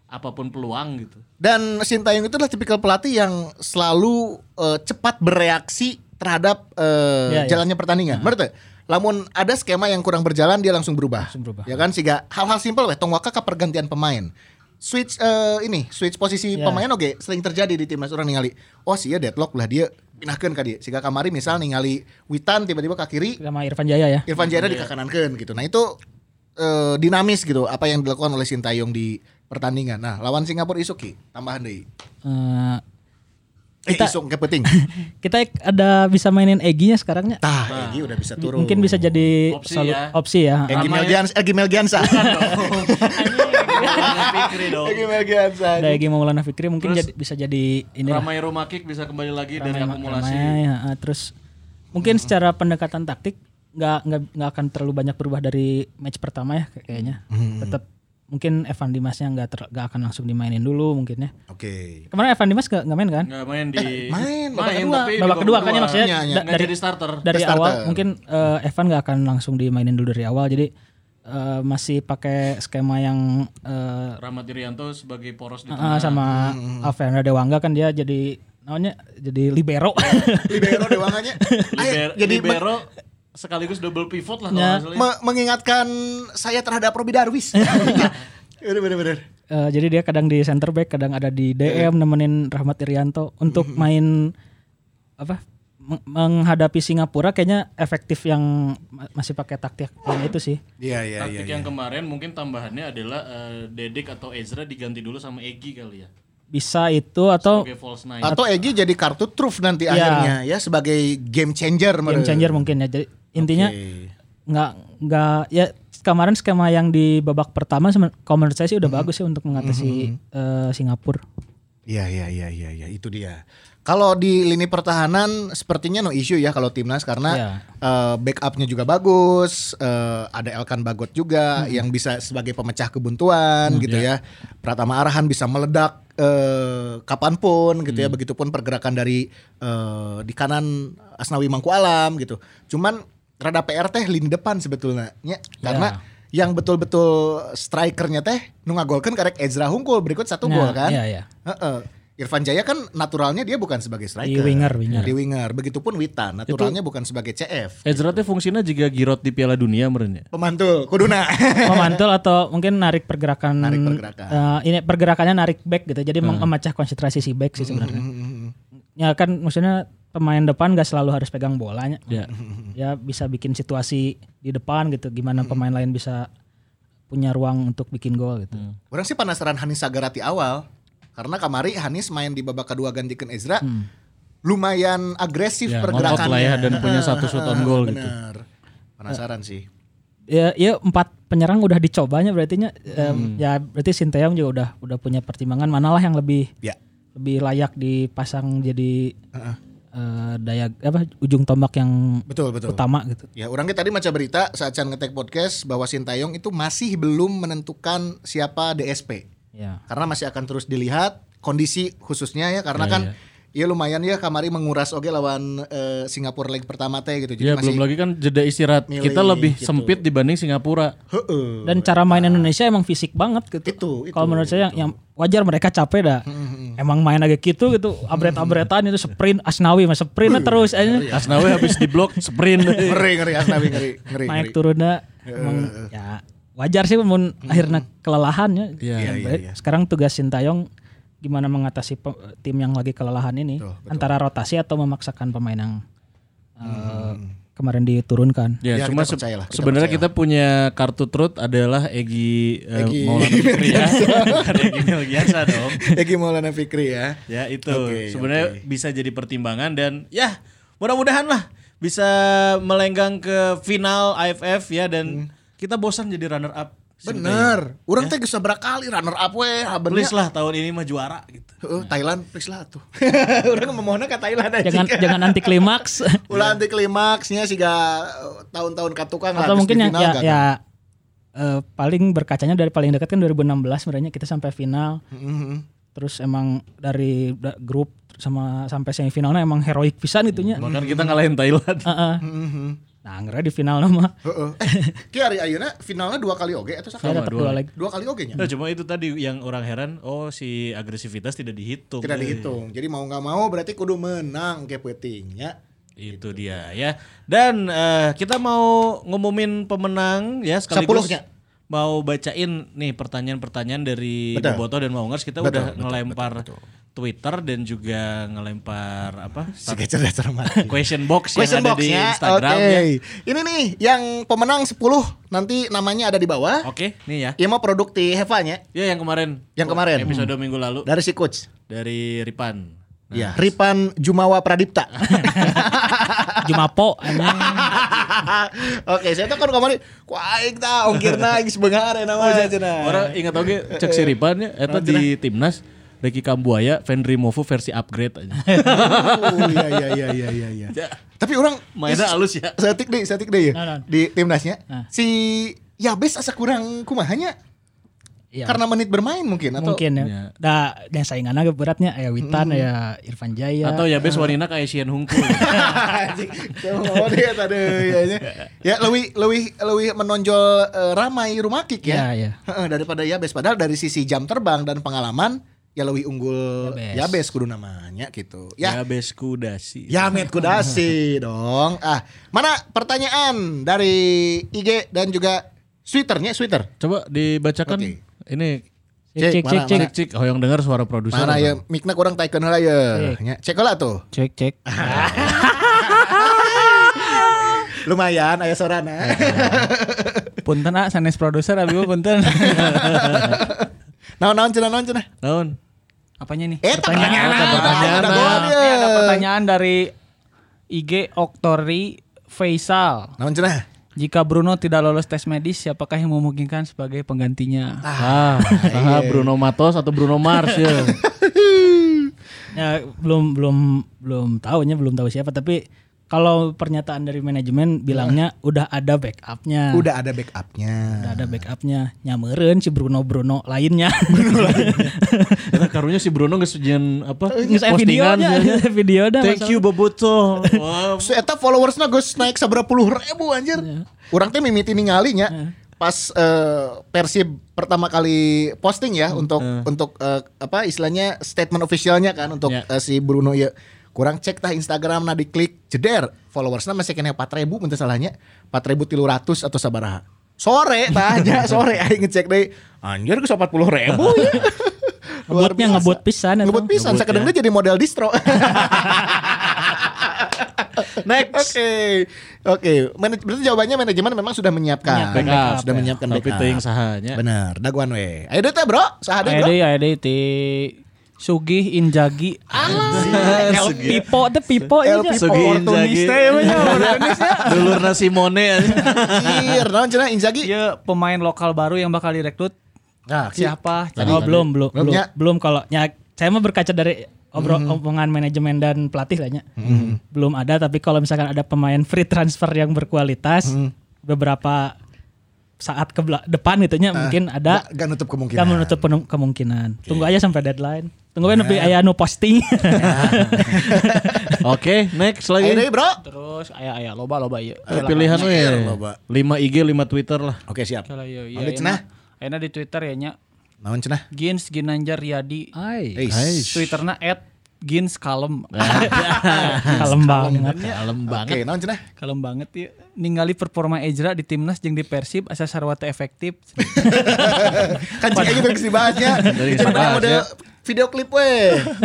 apapun peluang gitu. Dan Sintayong itu adalah tipikal pelatih yang selalu eh, cepat bereaksi terhadap eh, Ya, ya. jalannya pertandingan. Menurut teu? Lamun ada skema yang kurang berjalan dia langsung berubah. Langsung berubah. Ya kan sehingga hal-hal simpel weh tong waka ka pergantian pemain. Switch eh, ini, switch posisi Ya. pemain oke sering terjadi di timnas orang ningali. Oh sia deadlock lah dia pindahkeun ka dia. Siga kamari misal ningali Witan tiba-tiba ka kiri, Sama Irfan Jaya ya. Irfan Jaya di kakanankeun gitu. Nah itu eh, dinamis gitu apa yang dilakukan oleh Sintayong di pertandingan. Nah, lawan Singapura Isuki tambahan deui. Eh, Eh, Kita- isuk ke penting. kita ada bisa mainin Egy-nya sekarangnya. Tah, Egi udah bisa turun. Mungkin bisa jadi Opsi solu- ya. opsi ya. Nah, Egi Ramai- Melgians, eh, Egi Melgiansa. Pikri dong. Egi Melgiansa. Ada Egy Maulana Fikri mungkin Terus- jadi, bisa jadi ini lah. Ramai Romakik bisa kembali lagi dari Ramai- akumulasi. Ramai, ya, eh, terus mungkin secara pendekatan taktik nggak nggak nggak akan terlalu banyak berubah dari match pertama ya kayaknya. Tetap mungkin Evan Dimasnya nggak ter- nggak akan langsung dimainin dulu mungkin ya. Oke. Kemarin Evan Dimas nggak nggak main kan? Nggak main di main, babak kedua. tapi di Babak kedua kan ya maksudnya Iya, iya. da- Nggak dari jadi starter. dari Starter. awal mungkin eh, Evan nggak akan langsung dimainin dulu dari awal jadi eh, masih pakai skema yang eh, Rahmat Irianto sebagai poros di eh, sama Hmm. Alvena Dewangga kan dia jadi namanya jadi libero. Libero dewanganya. Liber- Ayo, jadi me- libero sekaligus double pivot lah kalau nggak salah. ya. me- mengingatkan saya terhadap Robi Darwis. Iya. Bener bener bener. Eh, jadi dia kadang di center Hmm. back, kadang ada di DM nemenin Rahmat Irianto untuk main apa? meng- menghadapi Singapura kayaknya efektif yang ma- masih pakai taktik yang itu sih. Iya iya iya. Taktik yang kemarin mungkin tambahannya adalah eh, Dedek atau Ezra diganti dulu sama Egi kali ya. Bisa itu atau Sebagai false nine. Atau Egi jadi kartu truf nanti akhirnya ya sebagai game changer game menurut. changer mungkin ya. Jadi intinya nggak nggak ya kemarin skema yang di babak pertama semen- kalau menurut saya Mm-hmm. sih udah bagus sih untuk mengatasi eh, Singapura. Iya iya iya iya iya itu dia. Kalau di lini pertahanan sepertinya no issue ya kalau timnas karena Iya. eh, backupnya juga bagus, eh, ada Elkan Bagot juga Hmm. yang bisa sebagai pemecah kebuntuan gitu iya. ya. Pratama Arhan bisa meledak eh, kapanpun gitu Hmm. ya, begitupun pergerakan dari eh, di kanan Asnawi Mangku Alam gitu. Cuman rada PR teh lini depan sebetulnya, nya. Iya. karena yang betul-betul strikernya teh nu ngagolkeun karek Ezra Hungkul berikut satu Nah, gol kan. iya, iya. Heeh. Irfan Jaya kan naturalnya dia bukan sebagai striker. Di winger, winger. Di winger. Begitupun Wita, naturalnya bukan sebagai CF. Ezra teh fungsinya jika girot di Piala Dunia meren ya. Pemantul, kuduna. Memantul Oh, atau mungkin narik pergerakan Narik pergerakan. Hmm. eh, ini pergerakannya narik back gitu. Jadi mem- memecah konsentrasi si back sih sebenarnya. Mm-hmm, Ya kan maksudnya pemain depan gak selalu harus pegang bolanya. Ya. ya bisa bikin situasi di depan gitu gimana Mm-hmm. pemain lain bisa punya ruang untuk bikin gol gitu. Orang sih penasaran Hanis Sagarati awal. Karena kamari Hanis main di babak kedua gantikan Ezra. Lumayan agresif Hmm. Ya, ngotot pergerakannya. lah ya dan punya satu shot on goal gitu. Eh. Bener. Penasaran sih. Ya ya empat penyerang udah dicobanya berartinya eh, Hmm. ya berarti Sinteyong juga udah udah punya pertimbangan manalah yang lebih Ya. lebih layak dipasang jadi eh, daya apa ujung tombak yang Betul, betul. utama gitu. Ya, orangnya tadi baca berita saat Chan ngetek podcast bahwa Sintayong itu masih belum menentukan siapa DSP. Ya. karena masih akan terus dilihat kondisi khususnya ya karena Ya, kan ya lumayan ya kamari menguras oke lawan eh, Singapura leg pertama teh gitu Ya jadi masih belum lagi kan jeda istirahat. Milih Kita lebih gitu. sempit dibanding Singapura. Heeh. Dan cara main Indonesia emang fisik banget gitu. Itu, itu, Hmm, Kalau menurut saya yang, yang wajar mereka capek dah. Emang main agak gitu gitu, abret-abretan itu sprint Asnawi mas sprintnya terus iya, aja. Ya. Asnawi habis di blok sprint. ngeri ngeri Asnawi ngeri ngeri, ngeri. naik turunnya emang ya wajar sih mun akhirnya kelelahan ya. Iya, iya, iya. Sekarang tugas Sintayong gimana mengatasi pe- tim yang lagi kelelahan ini Betul, antara rotasi atau memaksakan pemain yang eh, Hmm. kemarin diturunkan. Ya, Ya, cuma kita se- percayalah, kita sebenarnya kita punya kartu truth adalah Egi, eh, Egi Maulana Fikri ya. Bukan Egi Melgiasa dong. Egi Maulana Fikri ya Ya itu Oke, sebenarnya bisa jadi pertimbangan dan ya mudah-mudahan lah bisa melenggang ke final AFF ya Hmm. dan kita bosan jadi runner up. bener orang teh bisa berapa kali runner up we Please habennya lah tahun ini mah juara gitu. Heeh, Thailand please lah tuh orang memohonnya ke Thailand aja Jangan jangan anti klimaks ulah anti klimaksnya sih tahun-tahun katukang lah, atau terus mungkin di yang final ya, gagal. ya eh, paling berkacanya dari paling dekat kan 2016 sebenarnya kita sampai final. Mhm. Terus emang dari da- grup sama sampai semifinalnya emang heroik pisan Hmm. gitunya. Bahkan kita ngalahin Thailand. Ah. Heeh. Nah, anggar di final nama. Heeh. eh ki hari ayeuna finalnya dua kali oge atau Saya sakali dapat dua lagi. dua kali oge nya Nah, cuma itu tadi yang orang heran, oh si agresivitas tidak dihitung. tidak Eh, dihitung. Jadi mau nggak mau berarti kudu menang kayak penting ya. Itu dia ya. Dan eh, kita mau ngumumin pemenang ya sekaligus Sepuluhnya. mau bacain nih pertanyaan-pertanyaan dari Betul. Boboto dan Maungers. Kita Betul, udah betul, ngelempar Twitter dan juga ngelempar apa? Sekitar cerdas cermat. question box yang Question ada box di ya. Instagram Oke. ya. Ini nih yang pemenang 10 nanti namanya ada di bawah. Oke, nih ya. Iya mau produk di Hevanya Ya yang kemarin. Yang kemarin. Episode minggu lalu dari si coach. dari Ripan. Nah, Ya, Ripan Jumawa Pradipta. Jumapo anjing. Oke, saya tuh kan kemarin, ku aing ta ongkirna geus beunghar enak mah cenah. Oh, iya. Orang ingat oke cek si Ripan ya, eta di timnas Ricky Kambuaya, Fendri Movo versi upgrade aja. Oh, Iya iya iya iya iya iya. Tapi orang Mainnya halus ya. saya tik deh, saya tik deh ya. Nah, nah. Di timnasnya Nah. si Yabes asa kurang kumahanya. Iya. Karena menit bermain mungkin atau mungkin ya. Iya. Ya. Da dan saingannya agak beratnya ya Witan ya Irfan Jaya. Atau ya bes wanina kayak Sian Hungkul. Anjing, mau dia tadi ya nya. Ya lebih lebih lebih menonjol eh, ramai rumah kick ya. ya ya. Heeh, daripada Yabes padahal dari sisi jam terbang dan pengalaman ya lebih unggul Yabes. Yabes, kudu namanya gitu. ya Ya. bes kudasi. Ya Met Kudasi dong. Ah, mana pertanyaan dari IG dan juga Twitternya Twitter. Coba dibacakan Oke. ini Cek, Cek cek mana, cek cek cek. mana? cek hoyong dengar suara produser. Mana ya mikna kurang taikeun heula ya. Cek. Nya, Cek heula tuh. Cek cek. Lumayan aya sorana. punten ah sanes produser abi gua punten Naon-naon cenah naon cenah. Naon? apanya nih Eh, pertanyaan. ada Pertanyaan. pertanyaan Ada gua dia. Ini ada pertanyaan dari IG Oktori Faisal Naon cenah? jika Bruno tidak lolos tes medis siapakah yang memungkinkan sebagai penggantinya Ah, ah, Bruno Matos atau Bruno Mars ya. Ya, belum belum belum tahunya belum tahu siapa tapi kalau pernyataan dari manajemen bilangnya udah ada Iya. backupnya. Udah ada backupnya. Udah ada backupnya. Nyameren si Bruno Bruno lainnya. Karena karunya si Bruno geus jeung apa? Nges Postingan. videonya, sia. nges video dah. Thank you Boboto. Wah, So, eta followersnya gue naik seberapa puluh ribu anjir. Iya. Orang teh mimiti ningalinya. Pas eh, Persib pertama kali posting ya Iya. untuk untuk eh, apa istilahnya statement officialnya kan untuk Iya. Ya. eh, si Bruno ya kurang cek tah Instagram nah diklik jeder followersnya masih kena 4000 ribu minta salahnya 4.300 atau sabaraha sore tah aja sore aing ngecek deh anjir ke 40 ribu ya Luar Ngebutnya biasa. ngebut iya. pisan atau? ngebut pisan Ngebut, sekedengnya jadi model distro Next. Oke. Oke, Manaj- berarti jawabannya manajemen memang sudah menyiapkan. Menyiapkan backup, Nah, sudah ya. menyiapkan Tapi backup. teuing sahanya. Benar, daguan we. Ayo deh teh, Bro. Saha deh, ada Bro. ada ti Sugih Injagi El Pipo teh Pipo El ieu. Pipo. Sugi Oportunis Inzaghi. teh emangnya, oportunis ya. Dulurna Simone. ya. Anjir, naon cenah Inzaghi? Iya pemain lokal baru yang bakal direkrut Nah, si- siapa? Cari- Oh, belum belum Belum, belum. ya? Belum kalau ya saya mah berkaca dari obrol omongan manajemen dan pelatih lah ya. Belum ada tapi kalau misalkan ada pemain free transfer yang berkualitas beberapa saat ke bela- depan gitu nya mungkin ada Gak, gak nutup kemungkinan. Gak menutup penem- kemungkinan. Tunggu aja sampai deadline. Tunggu aja nepi aya nu posting. Oke, next lagi. Ayo deh, Bro. Terus ayah ayah loba loba iya. Eh, Pilihan we. Nyer, loba. 5 IG, 5 Twitter lah. Oke, siap. Kalau iya iya. Ada ayeuna- cenah. ayeuna di Twitter ya nya Naon cenah? Gins Ginanjar Riyadi. Hai. Eis. Twitterna at Gins Kalem. Kalem banget. Kalem banget. Oke, naon cenah? Kalem banget ya. Ningali performa Ezra di timnas jeung di Persib asa sarua teh efektif. Kan cek aja geus dibahasnya. Dari Itu dibahas, ya. model video klip we.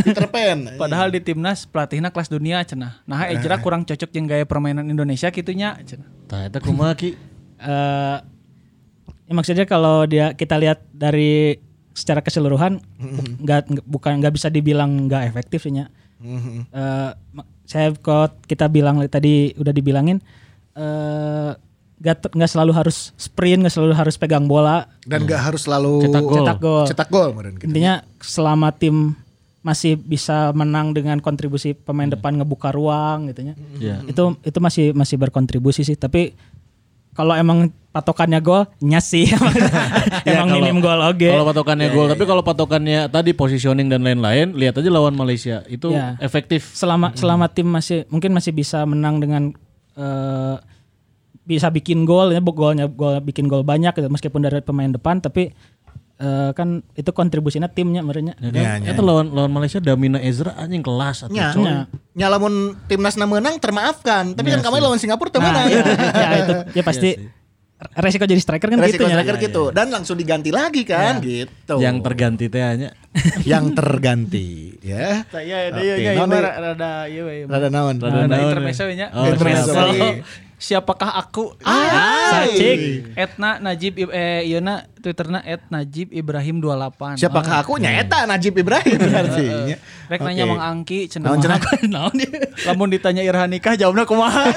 Peter Pan. Padahal di timnas pelatihna kelas dunia cenah. Nah Ezra kurang cocok jeung gaya permainan Indonesia kitunya cenah. Tah eta kumaha ki? Eh, ya maksudnya kalau dia kita lihat dari secara keseluruhan nggak nggak- bukan nggak bisa dibilang nggak efektif sih Nya. Eh, ma- saya kok kita bilang li- tadi udah dibilangin eh, nggak ter- nggak selalu harus sprint nggak selalu harus pegang bola Dan gak harus selalu Cetak gol. cetak gol Cetak gol meureun gitu. intinya selama tim masih bisa menang dengan kontribusi pemain depan ngebuka ruang gitu ya. Iya. Itu itu masih masih berkontribusi sih, tapi kalau emang patokannya gol, nyas sih. Ya, emang kalau- minim gol oke. Iya, Kalau patokannya gol, tapi kalau patokannya tadi positioning dan lain-lain, lihat aja lawan Malaysia itu Ya. efektif. Selama selama tim masih mungkin masih bisa menang dengan eh, bisa bikin gol, ya bu- golnya gol bikin gol banyak gitu, meskipun dari pemain depan, tapi eh, kan itu kontribusinya timnya merenya. Ya kan? Ya, ya. Eta lawan lawan Malaysia Damina Ezra anjing kelas atuh. Nya, coy. nya. Nya lamun timnasna menang termaafkan, tapi kan kami lawan Singapura teu Nah, menang. ya, ya itu ya pasti resiko jadi striker kan Resiko gitu ya. striker gitu dan langsung diganti lagi kan gitu. Iya. Yang terganti teh hanya yang terganti ya. Iya, Oke, iya, iya, naon iya, deh? rada, iya, iya, Rada naon? Rada Ada naon, intermezzo ya? nya. Oh, intermezzo. Intermezzo. Siapakah aku? Ah, Sacik. Etna Najib Ib- eh Iona Twitterna et Najib Ibrahim 28. Siapakah aku Iya. nyeta Najib Ibrahim artinya. Ah. Rek Oke. nanya Mang Angki cenah. Naon cenah? Naon dia? Lamun ditanya Irhanikah jawabna kumaha?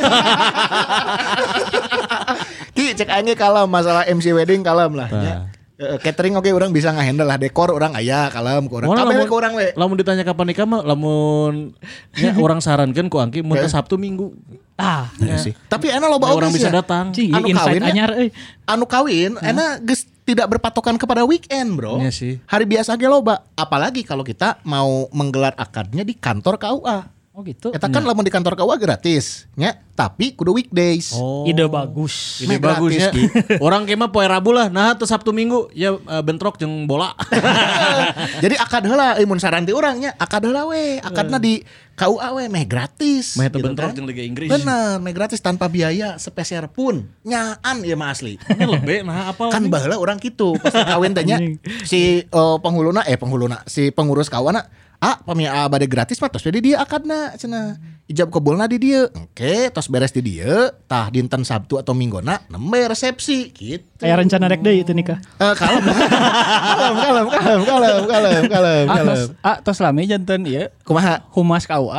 Ki cek aja kalem masalah MC wedding kalem lah. Tah. nya. Eh, Catering oke orang bisa ngahandle lah dekor orang aya kalem ku urang. Moal Kabeh lamun- ke urang we. Lamun ditanya kapan nikah mah lamun nya orang sarankeun ku Angki mun teh Sabtu Minggu. Ah, Ya sih. Tapi enak loba Orang oge bisa sih ya. datang. cing, Anu insight kawinnya? anyar eh. euy. anu kawin enak geus tidak berpatokan kepada weekend bro Iya sih. hari biasa ge loba apalagi kalau kita mau menggelar akadnya di kantor KUA Oh gitu. kita Iya. kan lamun di kantor KUA gratis nya tapi kudu weekdays Oh. Ide bagus. Ini Meh bagusnya. gratis, Orang kemah poe Rabu lah. Nah, teu Sabtu Minggu ya eh, bentrok jeung bola. jadi akad heula euy mun saran ti urang nya akad heula we akadna di KUA we meh gratis Eh. Meh teu gitu bentrok kan. jeung Liga Inggris. Bener, meh gratis tanpa biaya sepeser pun nyaan ya mah asli Ini lebih nah apa? kan baheula orang gitu pas kawin tanya si eh, penghuluna eh penghuluna si pengurus kawana ah pami A bade gratis mah tos jadi dia akadna cenah. Ijab kebulna di dia. Oke, tos beres di dia. Tah dinten Sabtu atau Minggona nembe resepsi gitu. Kayak rencana rek deh itu nikah. Eh, kalem. kalem, kalem, kalem, kalem, kalem, kalem, Iya, Ah, kalem. tos, ah, tos lami jantan ya. Kumaha? Humas KUA.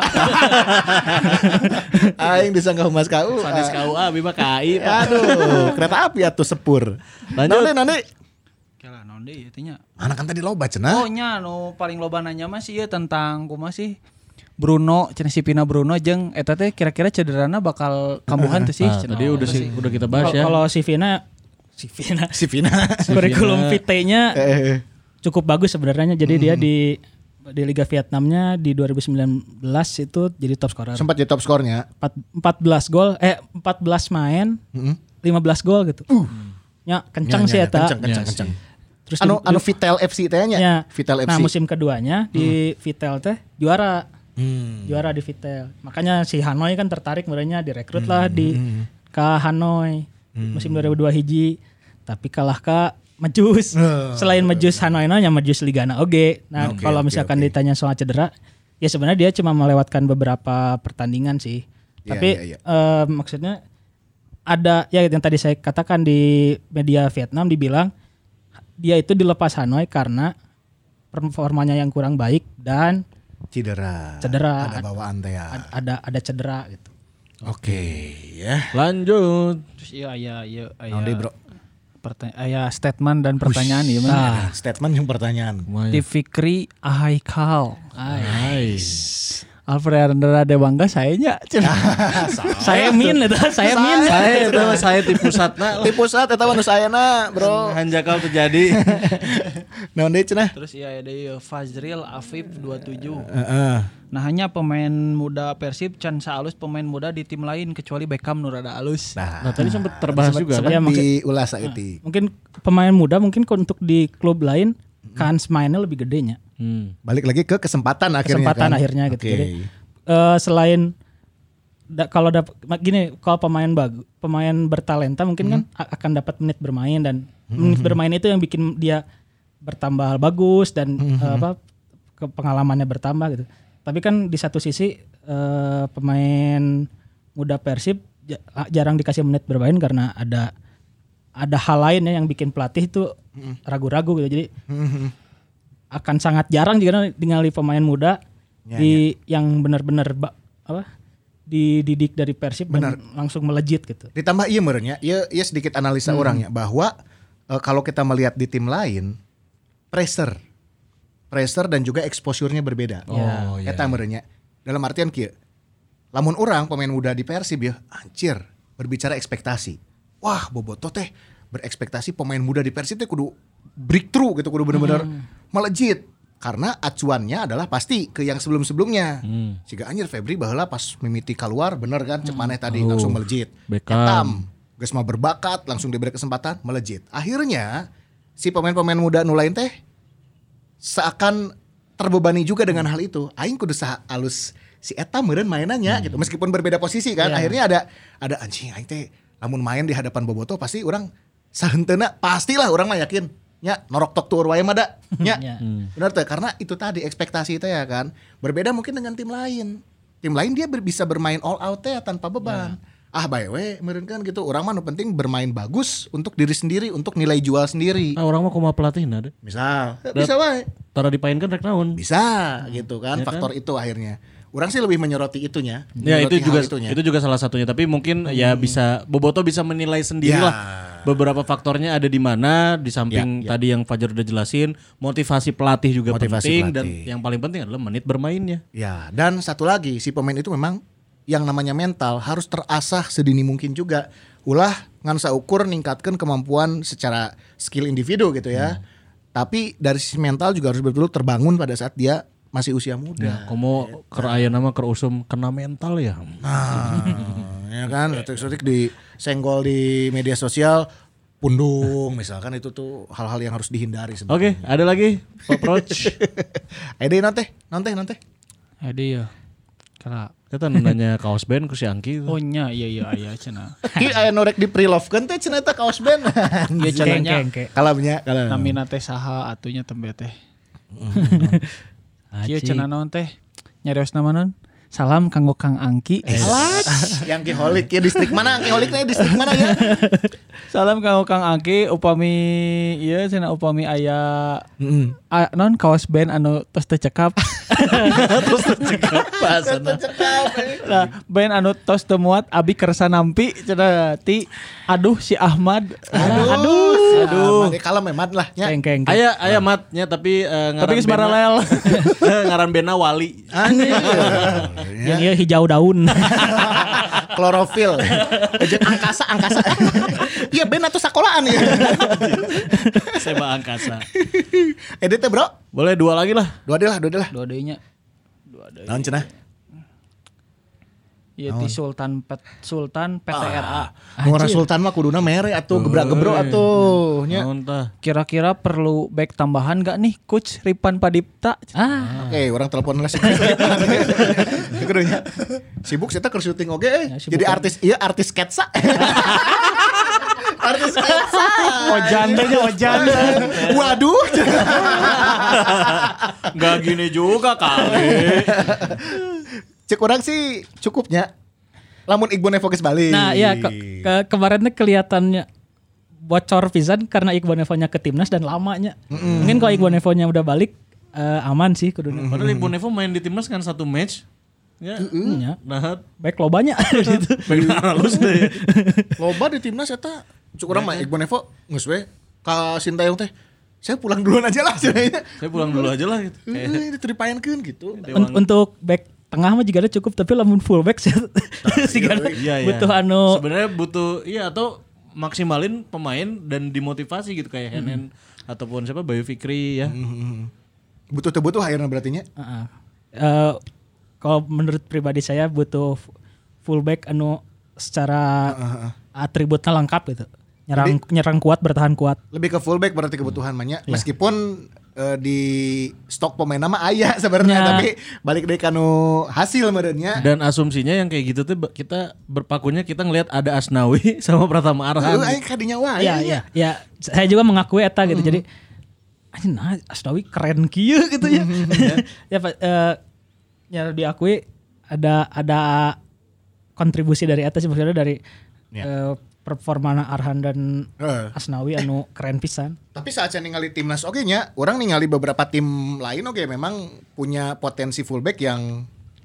Aing disangka humas kau. Sanes KUA Bima KAI. Pak. Aduh, kereta api atuh sepur. Lanjut. Nane, nane. Kela non deui ieu teh nya. Mana kan tadi loba Ah. cenah. iya, Oh nya nu paling loba nanya mah sih ieu tentang kumaha sih Bruno, cenah si Pina Bruno jeung eta teh kira-kira cederana bakal kambuhan teh sih. Nah, cenah. tadi udah sih udah kita bahas ya. Kalau si Vina, si Vina, Si Vina. kurikulum vitae-nya Eh, cukup bagus sebenarnya. Jadi dia di di Liga Vietnamnya di 2019 itu jadi top scorer. sempat jadi top skornya. Empat- 14 gol, eh 14 main, Mm-hmm. 15 gol gitu. Ya, kencang sih Uh. eta. Kencang, kencang, kencang. Terus anu di- anu Vitel FC teh nya. Ya. Vitel Hmm. FC. Nah musim keduanya di Vitel teh juara, Hmm. juara di Vitel. Makanya si Hanoi kan tertarik merenya Hmm. direkrut lah di ke Hanoi musim 2002 hiji, tapi kalah ke Majus. Eh. Selain Majus Hanoi nya Majus Ligana oge. Nah kalau misalkan ditanya soal cedera, ya sebenarnya dia cuma melewatkan beberapa pertandingan sih. Iya, Tapi iya, iya. eh, maksudnya ada ya yang tadi saya katakan di media Vietnam dibilang dia itu dilepas Hanoi karena performanya yang kurang baik dan Cedera. Cedera. Ada bawaan teh ya. ad- ada ada cedera gitu. Oke, ya. Lanjut. Terus iya, ieu aya ieu Naon deui, Bro? aya perta- aya iya, statement dan pertanyaan iya, ah, ieu mah. Ah. Nah, statement yang pertanyaan. Di Fikri Ahaikal. Ah. Nice. Alfred Andra Dewangga sayanya. saya min itu, saya min. Saya Eh, itu saya di pusatna. Tipu saat eta anu sayana, Bro. Hanjakal terjadi. Naon deui cenah? Terus iya ada ieu Fazril Afif 27. Heeh. Nah hanya pemain muda Persib can saalus pemain muda di tim lain kecuali Beckham nu rada alus. Nah, Nah, tadi sempat terbahas juga kan. Ya, maksud- Ah. diulas saeutik. mungkin pemain muda mungkin ko- untuk di klub lain kans mainnya lebih gedenya. Hmm. Balik lagi ke kesempatan akhirnya Kesempatan kan? akhirnya gitu. Oke. Jadi eh, selain da- kalau dap, ma- gini kalau pemain bagus, pemain bertalenta mungkin kan a- akan dapat menit bermain dan menit bermain itu yang bikin dia bertambah bagus dan eh, apa ke- pengalamannya bertambah gitu. Tapi kan di satu sisi eh, pemain muda Persib ja- jarang dikasih menit bermain karena ada ada hal lain ya yang bikin pelatih itu ragu-ragu gitu. Jadi akan sangat jarang jika ningali pemain muda Iya, di yang benar-benar ba- apa dididik dari Persib dan langsung melejit gitu. Ditambah iya merenya, iya, iya sedikit analisa Hmm. orangnya bahwa eh, kalau kita melihat di tim lain, pressure, pressure dan juga exposure-nya berbeda. Oh, iya. Eta merenya. Dalam artian kia, lamun orang pemain muda di Persib ya, anjir, berbicara ekspektasi. Wah, bobotoh teh berekspektasi pemain muda di Persib teh kudu breakthrough gitu, kudu bener-bener Hmm. melejit. Karena acuannya adalah pasti ke yang sebelum-sebelumnya. Hmm. Jika anjir Febri baheula pas mimiti keluar bener kan cek maneh tadi langsung melejit. Beckham. Etam, geus mah berbakat langsung diberi kesempatan melejit. Akhirnya si pemain-pemain muda nu lain teh seakan terbebani juga dengan hal itu. Aing kudu saha alus si eta meureun mainannya gitu. Meskipun berbeda posisi kan, akhirnya ada ada anjing aing teh lamun main di hadapan Boboto pasti orang sahenteuna pastilah orang mah yakin. Nya norok tok tueur wae mah da. Nya. Ya. Benar tuh karena itu tadi ekspektasi itu ya kan. Berbeda mungkin dengan tim lain. Tim lain dia ber- bisa bermain all out ya tanpa beban. Ah by the way, meureun kan gitu. Orang mah nu penting bermain bagus untuk diri sendiri, untuk nilai jual sendiri. Nah, orang mah kumaha pelatih nah. Misal, bisa wae. Tara dipainkan kan rek naon. Bisa gitu kan faktor itu akhirnya. Orang sih lebih menyoroti itunya. Iya Ya itu menyoroti juga hal itunya. itu juga salah satunya tapi mungkin ya bisa Boboto bisa menilai sendiri Ya. lah beberapa faktornya ada di mana di samping tadi yang Fajar udah jelasin motivasi pelatih juga Motivasi penting dan pelatih. yang paling penting adalah menit bermainnya. Ya, dan satu lagi si pemain itu memang yang namanya mental harus terasah sedini mungkin juga. Ulah ngan saukur ningkatkan kemampuan secara skill individu gitu Hmm. ya. Tapi dari sisi mental juga harus betul terbangun pada saat dia masih usia muda. Ya, komo keur aya nama keur usum kena mental ya. Nah, ya kan, detik-detik di senggol di media sosial pundung misalkan itu tuh hal-hal yang harus dihindari sebenarnya. Oke, ada lagi Pak Proch. Eh, deh, nanti, nanti, nanti. Ade ya. Kela. Kita nanya kaos band ke si Angki. Oh nya iya iya iya cenah. Ki aya nu rek diprilovkeun kan teh cenah eta kaos band. Iya Keng, cenahnya. keng, keng. Kalamnya, kalam. Namina teh saha atunya tembe teh. Kieu cenah naon teh? Nyariosna mah naon? Salam kanggo Kang Angki. Eh. yang kiholik ya distrik mana? Kiholiknya distrik mana ya? Salam kanggo Kang Angki upami ieu cenah upami aya Mm-mm. a- non kaos band anu tos teu cekap. Terus tercekap bahasana. Nah, band anu tos teu muat abi kersa nampi cenah ti aduh si Ahmad. Aduh, aduh, aduh. Kalau memat lah, ya. Keng keng. keng. Aya aya matnya tapi eh, ngaran Tapi geus bandna- maralel. ngaran bena wali. Anjir. Yang iya hijau daun. Klorofil. Ejek angkasa, angkasa. Iya ben atau sekolahan ya. Seba angkasa. Edit Eh, teh, Bro. Boleh dua lagi lah. Dua deh lah, dua deh lah. Dua deui Naon cenah? Ya di Sultan Pet Sultan PTRA. Ngora Sultan mah kuduna mere atuh gebrak-gebro atuh nya. Naon tah? Kira-kira perlu back tambahan gak nih coach Ripan Padipta? ah, Oke, orang telepon lah sih. Kudunya. ya. Sibuk kita keur syuting oge. eh. Ya, sibuk Jadi kan. artis iya artis sketsa. artis sketsa. Ojan teh nya, ojan. Waduh. Gak gini juga kali. Cek orang sih cukupnya. Lamun Iqbal Nevo geus balik. Nah, iya ke- ke- kemarinnya kelihatannya bocor pisan karena Iqbal Nevo-nya ke timnas dan lamanya. Mungkin kalau Iqbal Nevo-nya udah balik eh, aman sih kudunya. Padahal Ibu Nevo main di timnas kan satu match. Ya. Ya, Nah, baik lobanya gitu. pengen halus deh. Loba di timnas eta. Cuk Iya, urang mah Iqbal Nevo geus we ka Sintayong teh. Saya pulang duluan aja lah Eh. sebenarnya. Saya pulang dulu aja lah gitu. Kayak Eh, diteripayankeun gitu. Un- untuk back tengah mah juga ada cukup tapi lamun fullback sih sih kan Iya, iya. butuh anu Sebenarnya butuh iya atau maksimalin pemain dan dimotivasi gitu kayak Henen ataupun siapa Bayu Fikri ya. Hmm, Butuh teu butuh akhirnya berarti nya. Heeh. Eh, kalau menurut pribadi saya butuh fu- fullback anu secara atributnya lengkap gitu. Nyerang nyerang kuat, bertahan kuat. lebih ke fullback berarti kebutuhan Hmm. banyak Iya. meskipun eh, di stok pemain nama ayah sebenarnya Ya. tapi balik deh kanu hasil merenya Dan asumsinya yang kayak gitu tuh ba- kita berpakunya kita ngelihat ada Asnawi sama Pratama lu Arhan. aing kadinya wae Iya, iya, iya. Saya juga mengakui eta gitu. Jadi anjing nah Asnawi keren kieu gitu ya. ya Pak, eh, ya diakui ada ada kontribusi dari eta sih maksudnya dari eh, performana Arhan dan Heeh. Asnawi anu keren pisan. tapi saat saya ningali timnas oke nya orang ningali beberapa tim lain oke memang punya potensi fullback yang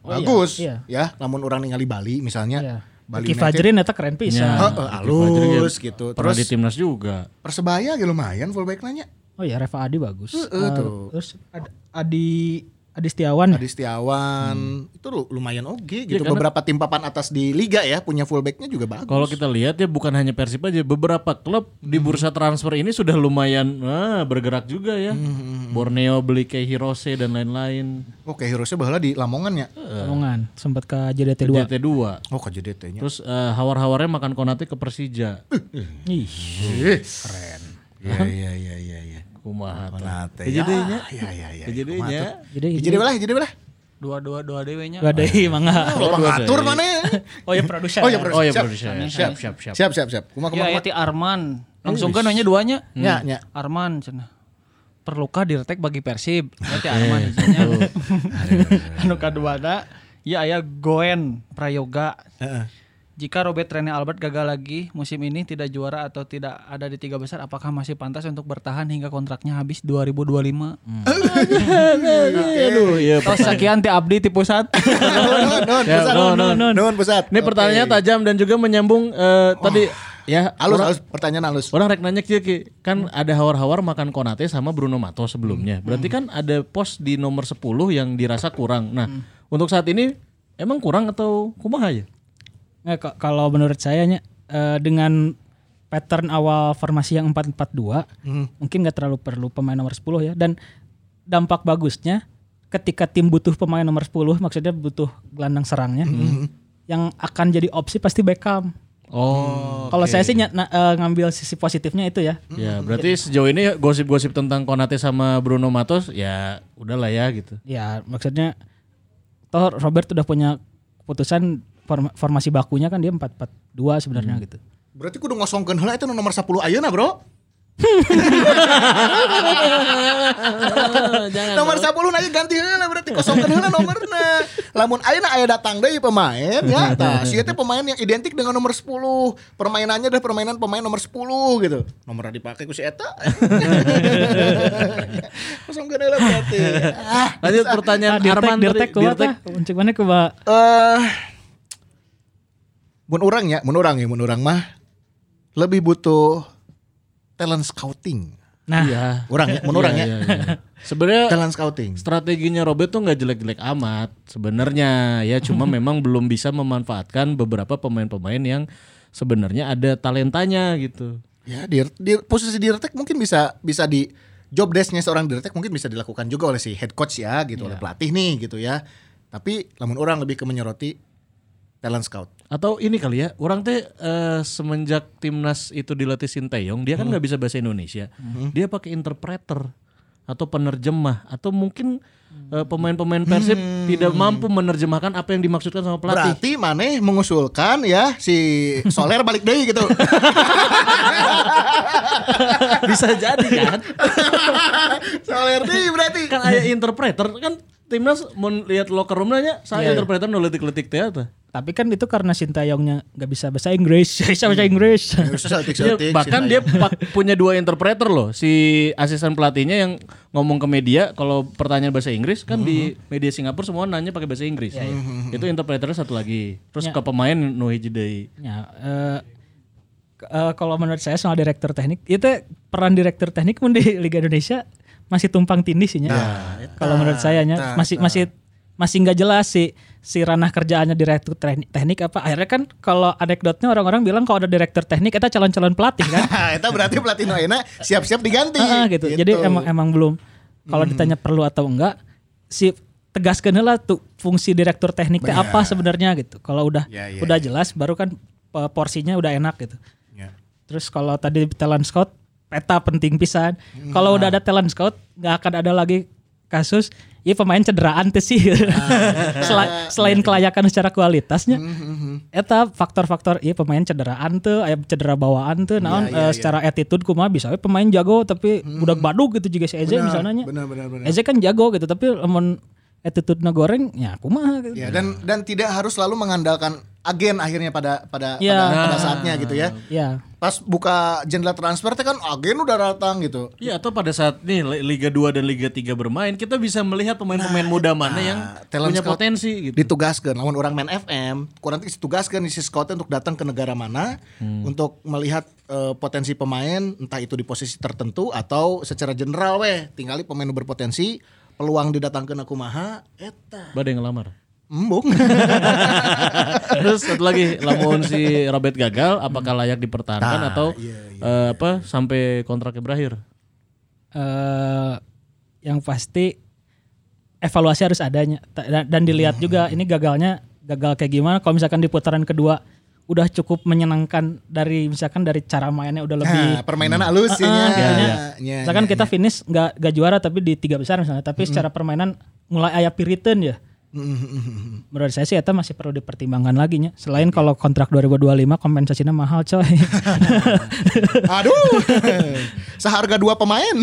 Oh, bagus iya, ya namun orang ningali Bali misalnya Iya. Ya. Bali Ya. Ki Fajrin eta keren pisan. Heeh, halus gitu. Pernah Terus- di timnas juga. persebaya ya lumayan fullback nanya Oh ya Reva Adi bagus. Heeh, Eh, tuh. Terus Ad- Adi Adi Setiawan. Adi Setiawan itu lu- lumayan oke gitu Hmm. Iya, karena- beberapa tim papan atas di liga ya punya fullbacknya juga bagus Kalau kita lihat ya bukan hanya Persib aja, beberapa klub di bursa transfer ini sudah lumayan ah, bergerak juga ya. Borneo beli kayak Hirose dan lain-lain. oke Hirose bahala di Lamongan ya Hmm. Lamongan sempat ke JDT 2. JT2. oh ke JDT nya Terus eh, hawar-hawarnya makan Konate ke Persija. Ih, Keren. Iya iya iya iya iya. Kumaha. tah. Konate. Ya, jadinya. Iya iya iya. Kejadiannya jadi Jadi belah, jadi belah. Dua dua dua dewe-nya. gak ada mangga. Kalau ngatur mana? Oh ya iya, produser. Oh ya, iya. Oh ya siap. produser. Siap siap siap. Siap siap siap. Kuma Iya, Ya kuma. ya ti Arman. Langsung kan nanya duanya. Ya ya. Arman cenah. Perlukah diretek bagi Persib? Ya ti Arman cenah. Anu kaduana ya aya Goen Prayoga. Jika Robert Rene Albert gagal lagi musim ini tidak juara atau tidak ada di tiga besar, apakah masih pantas untuk bertahan hingga kontraknya habis 2025? Aduh, ya. Oh sekian ti Abdi ti pusat. Nun nun Ya, pusat. nun, nun, nun. Nun pusat. Ini pertanyaannya tajam dan juga menyambung eh, tadi ya Halus orang- halus pertanyaan halus. Orang rek nanya Ki, Ki, kan ada hawar-hawar makan Konate sama Bruno Mato sebelumnya. Berarti kan ada pos di nomor 10 yang dirasa kurang. Nah, untuk saat ini emang kurang atau kumaha ya? Nggak, eh, ka- kalau menurut saya nya eh, dengan pattern awal formasi yang 4-4-2 Hmm. mungkin nggak terlalu perlu pemain nomor 10 ya dan dampak bagusnya ketika tim butuh pemain nomor 10 maksudnya butuh gelandang serangnya Hmm. yang akan jadi opsi pasti Beckham. Oh. Kalau saya sih nya- na- eh, ngambil sisi positifnya itu ya. Ya, berarti sejauh ini gosip-gosip tentang Konate sama Bruno Matos ya udahlah ya gitu. Ya maksudnya toh Robert udah punya keputusan form- formasi bakunya kan dia 4-4-2 sebenarnya gitu. Berarti kudu ngosongkeun heula eta nu nomor 10 ayeuna, Bro. jangan. Nomor 10 nanti ganti heula berarti kosongkeun heula nomorna. Lamun ayeuna aya datang deui pemain ya. Tah, si teh pemain yang identik dengan nomor 10. Permainannya adalah permainan pemain nomor 10 gitu. Nomor dipakai ku si eta. kosongkeun heula berarti. Ah, Lanjut pertanyaan Nah, Dirtek, Arman dirtek tadi. kuat lah. Uncik mana ku ba? Eh, mun urang ya, mun urang ya, mun urang mah lebih butuh talent scouting. Nah, Iya. Urang ya, mun urang Iya, ya. Kan iya, iya. Sebenarnya Talent scouting. strateginya Robert tuh nggak jelek-jelek amat sebenarnya ya cuma memang belum bisa memanfaatkan beberapa pemain-pemain yang sebenarnya ada talentanya gitu. Ya, di, di posisi dirtek mungkin bisa bisa di job desknya seorang dirtek mungkin bisa dilakukan juga oleh si head coach ya gitu Iya. oleh pelatih nih gitu ya. Tapi lamun orang lebih ke menyoroti talent scout. Atau ini kali ya, orang teh eh, semenjak timnas itu dilatih Sinteyong, dia kan nggak bisa bahasa Indonesia. Dia pakai interpreter atau penerjemah atau mungkin eh, pemain-pemain Persib tidak mampu menerjemahkan apa yang dimaksudkan sama pelatih. Berarti maneh mengusulkan ya si Soler balik deh gitu. bisa jadi kan? Soler deh berarti. kan aya interpreter kan timnas mau lihat locker roomnya saya interpreter nu letik-letik teh eta. tapi kan itu karena Sintayongnya nggak bisa bahasa Inggris, bisa bahasa Inggris. Dia- Iya, bahkan dia pak- punya dua interpreter loh si asisten pelatihnya yang ngomong ke media kalau pertanyaan bahasa Inggris kan di media Singapura semua nanya pakai bahasa Inggris Mm-hmm. itu interpreternya satu lagi terus ke pemain nu hiji deui. Ya, eh, k- eh, kalau menurut saya soal direktur teknik, itu peran direktur teknik pun di Liga Indonesia masih tumpang tindih sih nya. Nah, kalau menurut saya nya masih masih masih nggak jelas sih si ranah kerjaannya direktur teknik, teknik apa. Akhirnya kan kalau anekdotnya orang-orang bilang kalau ada direktur teknik itu calon-calon pelatih kan. Nah, itu berarti pelatih nu ayeuna siap-siap diganti. Heeh, gitu. Jadi emang emang belum kalau Hmm. ditanya perlu atau enggak si tegaskan heula tuh fungsi direktur teknik teh apa sebenarnya gitu. Kalau udah Ya, ya, udah jelas baru kan eh, porsinya udah enak gitu. Ya. Terus kalau tadi talent scout peta penting pisan. Hmm. Kalau udah ada talent scout nggak akan ada lagi kasus ya pemain cederaan teh sih. Ah. Sela- selain kelayakan secara kualitasnya, Hmm, eta faktor-faktor ya pemain cederaan tuh, aya cedera bawaan Iya, tuh, naon eh, secara attitude kumaha bisa we pemain jago tapi budak badug gitu juga si Eze misalnya. Hmm. benar, benar, benar. Eze kan jago gitu tapi lamun attitude na goreng ya kumaha gitu. Ya dan dan tidak harus selalu mengandalkan agen akhirnya pada pada Ya. pada, pada saatnya gitu ya. Ya. Pas buka jendela transfer teh kan agen udah datang gitu. Iya atau pada saat nih Li- Liga 2 dan Liga 3 bermain kita bisa melihat pemain-pemain muda mana yang Nah, talent punya scout potensi gitu. Ditugaskan, lawan orang main FM, kurang nanti ditugaskan si scoutnya untuk datang ke negara mana Hmm. untuk melihat eh, potensi pemain, entah itu di posisi tertentu atau secara general weh, tinggali pemain nu berpotensi, peluang didatangkeun kumaha eta. Badai ngelamar. Embung. Terus satu lagi, lamun si Robert gagal, apakah layak dipertahankan Nah, atau iya, eh, apa sampai kontraknya berakhir? eh yang pasti evaluasi harus adanya Ta- dan, dan dilihat juga ini gagalnya gagal kayak gimana kalau misalkan di putaran kedua udah cukup menyenangkan dari misalkan dari cara mainnya udah lebih Nah, permainan halus ya. nya. iya, Nya, misalkan nya, kita finish nggak nggak juara tapi di tiga besar misalnya tapi secara permainan mulai ayah piritan ya menurut saya sih itu masih perlu dipertimbangkan lagi nya selain kalau kontrak 2025 kompensasinya mahal coy Aduh. Seharga dua pemain.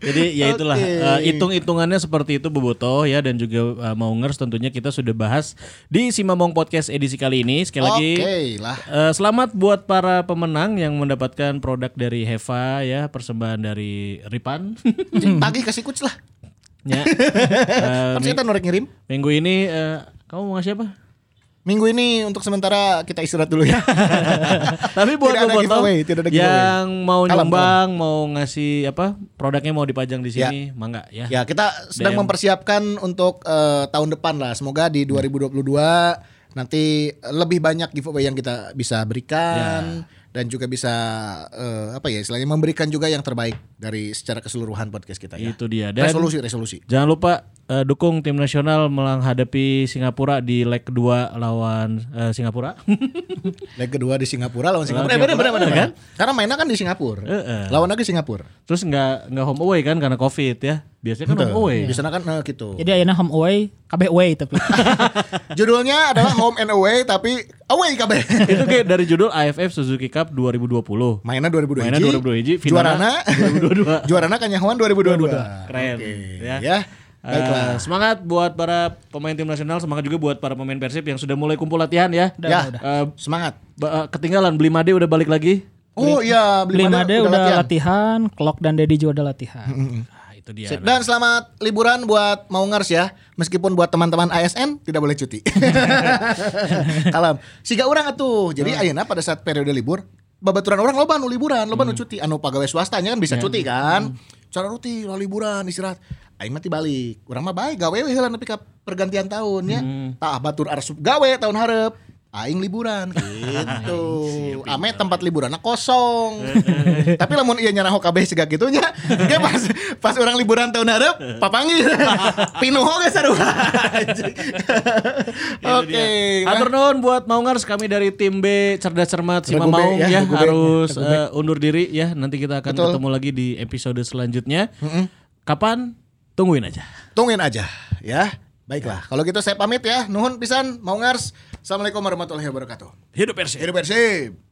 Jadi ya itulah Oke. eh, hitung-hitungannya seperti itu Boboto ya dan juga eh, Maungers tentunya kita sudah bahas di Simamong Podcast edisi kali ini. Sekali lagi Oke lah. Eh, selamat buat para pemenang yang mendapatkan produk dari Heva ya, persembahan dari Ripan. Tagih kasih kuc lah. ya. Hmm. Eh, Kan kita norek ngirim. minggu ini eh, kamu mau ngasih apa? Minggu ini untuk sementara kita istirahat dulu ya. Tapi buat Tidak ada Boboto giveaway, tidak ada giveaway. yang mau Kalem, nyumbang, mau ngasih apa? Produknya mau dipajang di Ya. sini, mangga ya. ya, kita sedang DM. mempersiapkan untuk eh, tahun depan lah. Semoga Ya. di 2022 nanti lebih banyak giveaway yang kita Ya. bisa berikan dan juga bisa eh, apa ya istilahnya memberikan juga yang terbaik dari secara keseluruhan podcast kita ya. Itu dia dan Resolusi resolusi. jangan lupa eh, dukung tim nasional menghadapi Singapura di leg kedua lawan eh, Singapura. Leg kedua di Singapura lawan Singapura. Eh, Singapura. bener, bener, bener, Kan? Karena mainnya kan di Singapura. Heeh. Lawan lagi Singapura. Terus nggak nggak home away kan karena Covid ya. Biasanya kan home away. Biasanya kan eh, gitu. Jadi ayeuna home away, kabeh away tapi. Judulnya adalah Home and Away tapi away kabeh. Itu kayak dari judul AFF Suzuki Cup 2020. Mainnya 2002 Mainnya 2002 hiji, Juarana finalna 2022. Juarana Kanyahuan 2022. Keren. Oke, Ya. Ya. Eh, Baiklah. semangat buat para pemain tim nasional, semangat juga buat para pemain Persib yang sudah mulai kumpul latihan ya. ya. Eh, Semangat. ba- eh, ketinggalan beli Made udah balik lagi. Oh iya, Beli Mada Made udah, latihan. Clock dan Dedi juga udah latihan. Nah, itu dia. Sip. Dan selamat liburan buat Maungers ya. Meskipun buat teman-teman ASN tidak boleh cuti. Kalem. Siga orang atuh. Jadi Hmm. ayeuna pada saat periode libur, babaturan orang loba nu liburan, loba nu Hmm. cuti. Anu pegawai swastanya kan Ya. bisa cuti kan. Cara rutin, lo liburan, istirahat. Aing mah ti balik. Urang mah baik gawe we heula nepi ka pergantian tahun ya. Hmm. Tah batur arsup gawe tahun hareup. Aing liburan gitu. Ame tempat liburannya kosong. Tapi lamun iya nyana kabeh siga gitunya. Dia pas pas orang liburan tahun hareup papangi. Pinuho ge sarua. Anjing. Oke. Nah, Atur nuhun buat Maungers kami dari tim B Cerdas Cermat Sima Lagu B, Maung ya, ya, lagu B. harus eh, undur diri ya. Nanti kita akan Betul. ketemu lagi di episode selanjutnya. Kapan? Tungguin aja. Tungguin aja ya. Baiklah, kalau gitu saya pamit ya. Nuhun pisan, Maungers. Assalamualaikum warahmatullahi wabarakatuh. Hidup Persib. Hidup Persib.